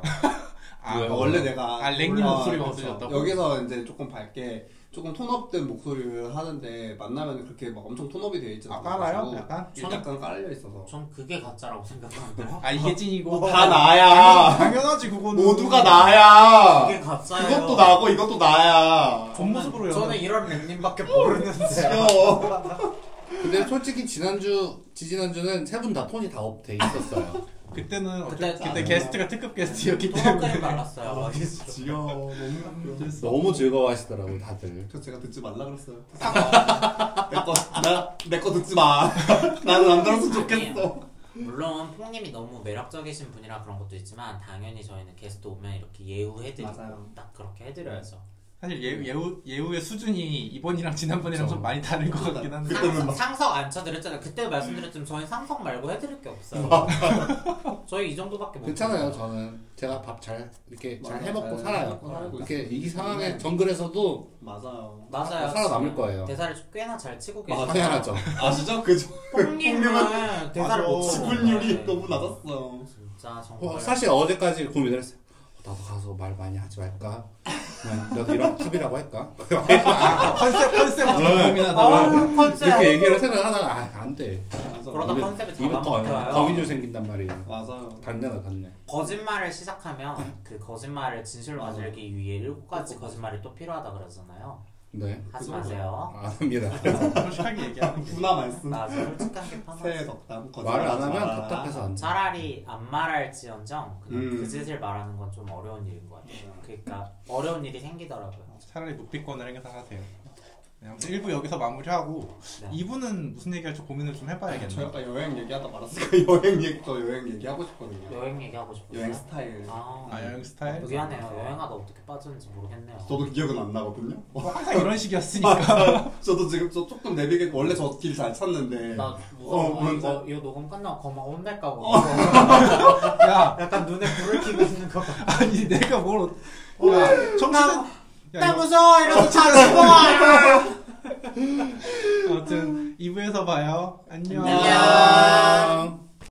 Speaker 3: 그러니까
Speaker 1: 아,
Speaker 4: 왜요?
Speaker 1: 원래
Speaker 3: 원래 내가
Speaker 1: 아, 랭님
Speaker 3: 올라와-
Speaker 1: 목소리가
Speaker 3: 그렇죠.
Speaker 1: 거슬렸다고?
Speaker 3: 여기서 이제 조금 밝게 조금 톤업된 목소리를 하는데 만나면 그렇게 막 엄청 톤업이 돼 있잖아.
Speaker 1: 아, 깔아요? 약간?
Speaker 3: 일단 약간 깔려 있어서.
Speaker 2: 전 그게 가짜라고 생각하는데.
Speaker 1: 아, 이게 찐이고.
Speaker 3: 다 나야.
Speaker 1: 당연하지, 그거는.
Speaker 3: 모두가 나야.
Speaker 2: 그게 가짜예요.
Speaker 3: 아, 그것도 나고 이것도 나야.
Speaker 2: 저는-
Speaker 1: 겉모습으로 연애.
Speaker 2: 저는 이런 랩님밖에 모르는데.
Speaker 3: 귀여워.
Speaker 4: 근데 솔직히 지난주 지지난주는 세 분 다 톤이 다 업돼 있었어요.
Speaker 1: 그때는 아,
Speaker 2: 그때
Speaker 1: 어쨌든
Speaker 2: 안
Speaker 1: 그때 게스트가 특급 게스트였기
Speaker 2: 토마크를
Speaker 1: 때문에.
Speaker 2: 말랐어요. 막 이랬어.
Speaker 3: 귀여워. 너무 귀여워.
Speaker 4: 너무 즐거워하시더라고 요 다들.
Speaker 3: 저 제가 듣지 말라 그랬어요. 내거내거 듣지 마. 나는 안 들었으면 좋겠어.
Speaker 2: 물론 퐁님이 너무 매력적이신 분이라 그런 것도 있지만 당연히 저희는 게스트 오면 이렇게 예우해드리고
Speaker 3: 맞아요.
Speaker 2: 딱 그렇게 해드려야죠.
Speaker 1: 사실 예우, 예우, 예우의 수준이 이번이랑 지난번이랑
Speaker 4: 그쵸.
Speaker 1: 좀 많이 다른 것 같긴 한데.
Speaker 3: 그때는
Speaker 2: 상석,
Speaker 3: 막-
Speaker 2: 상석 안 쳐드렸잖아요. 그때 말씀드렸지만 저희 상석 말고 해드릴 게 없어요.
Speaker 3: 음.
Speaker 2: 저희 이 정도밖에 못.
Speaker 4: 괜찮아요
Speaker 2: 해요.
Speaker 4: 저는 제가 밥 잘 이렇게 잘
Speaker 3: 맞아요.
Speaker 4: 해먹고
Speaker 3: 잘 해먹고
Speaker 4: 살아요.
Speaker 3: 살고
Speaker 4: 이렇게
Speaker 3: 있어요.
Speaker 4: 이 상황에 정글에서도
Speaker 3: 맞아요.
Speaker 2: 맞아요.
Speaker 4: 살아남을 거예요. 아,
Speaker 2: 대사를 좀 꽤나 잘 치고
Speaker 3: 아, 네.
Speaker 2: 계시죠.
Speaker 4: 당연하죠.
Speaker 3: 아시죠? 그죠?
Speaker 2: 뽕님은 대사를 못 치고
Speaker 3: 지분율이
Speaker 2: 있는데.
Speaker 3: 너무 낮았어요.
Speaker 2: 진짜 정말
Speaker 4: 어, 사실 어제까지 고민을 했어요. 나도 가서 말 많이 하지 말까? 그냥 나도 이런 탑이라고 할까?
Speaker 1: 아, 컨셉, 컨셉
Speaker 4: 네.
Speaker 1: 고민하다가.
Speaker 2: 어, 컨셉.
Speaker 4: 이렇게 얘기를 생각하다가 아, 안 돼.
Speaker 2: 그러다
Speaker 4: 입에-
Speaker 3: 아,
Speaker 2: 컨셉이 다
Speaker 4: 입에 더
Speaker 2: 막혀요.
Speaker 4: 거미줄 생긴단 말이에요.
Speaker 3: 맞아요.
Speaker 4: 단내나 단내.
Speaker 2: 거짓말을 시작하면 그 거짓말을 진실로
Speaker 3: 맞아요.
Speaker 4: 어.
Speaker 2: 만들기 위해 일곱 가지 거짓말이 또 필요하다 그러잖아요.
Speaker 4: 네.
Speaker 2: 하지 마세요.
Speaker 4: 안 합니다.
Speaker 1: 솔직하게 얘기하는 게
Speaker 3: 구나 말씀.
Speaker 2: 나도 솔직하게
Speaker 3: 새해
Speaker 2: 판단해.
Speaker 3: 덕담.
Speaker 4: 말을 안 하면
Speaker 3: 거짓말하지 마라.
Speaker 4: 답답해서 안 자.
Speaker 2: 차라리 안 말할지언정 그냥
Speaker 3: 음.
Speaker 2: 그 짓을 말하는 건 좀 어려운 일인 것
Speaker 3: 네.
Speaker 2: 같아요. 그러니까 어려운 일이 생기더라고요.
Speaker 1: 차라리 묵비권을 행사가 돼요. 네, 아무튼 1부 여기서 마무리하고
Speaker 2: 네.
Speaker 1: 2부는 무슨 얘기할지 고민을 좀
Speaker 3: 저
Speaker 1: 해봐야겠네요.
Speaker 3: 약간 여행 얘기하다 말았으니까 여행 얘기 저 여행 얘기하고 싶거든요.
Speaker 2: 여행 얘기하고 싶어요.
Speaker 3: 여행 스타일.
Speaker 2: 아,
Speaker 1: 아 여행 스타일?
Speaker 2: 미안해요. 여행하다 어떻게 빠졌는지 모르겠네요.
Speaker 3: 저도 기억은 안 나거든요.
Speaker 1: 뭐 항상 이런 식이었으니까
Speaker 3: 저도 지금 저 조금 내비게 원래 저 길 잘 찾는데
Speaker 2: 나
Speaker 3: 어,
Speaker 2: 무서워. 아,
Speaker 3: 뭔지
Speaker 2: 이거, 이거 녹음 끝나고 거마 혼낼까 봐.
Speaker 1: 야
Speaker 2: 약간 눈에 불을 켜고 있는 것 같아.
Speaker 1: 아니 내가 뭘 어, 야, 청취자 야,
Speaker 2: 나
Speaker 1: 아, 이거-
Speaker 2: 무서워! 이러고 자시고!
Speaker 1: 아무튼 2부에서 봐요. 안녕.
Speaker 2: 안녕.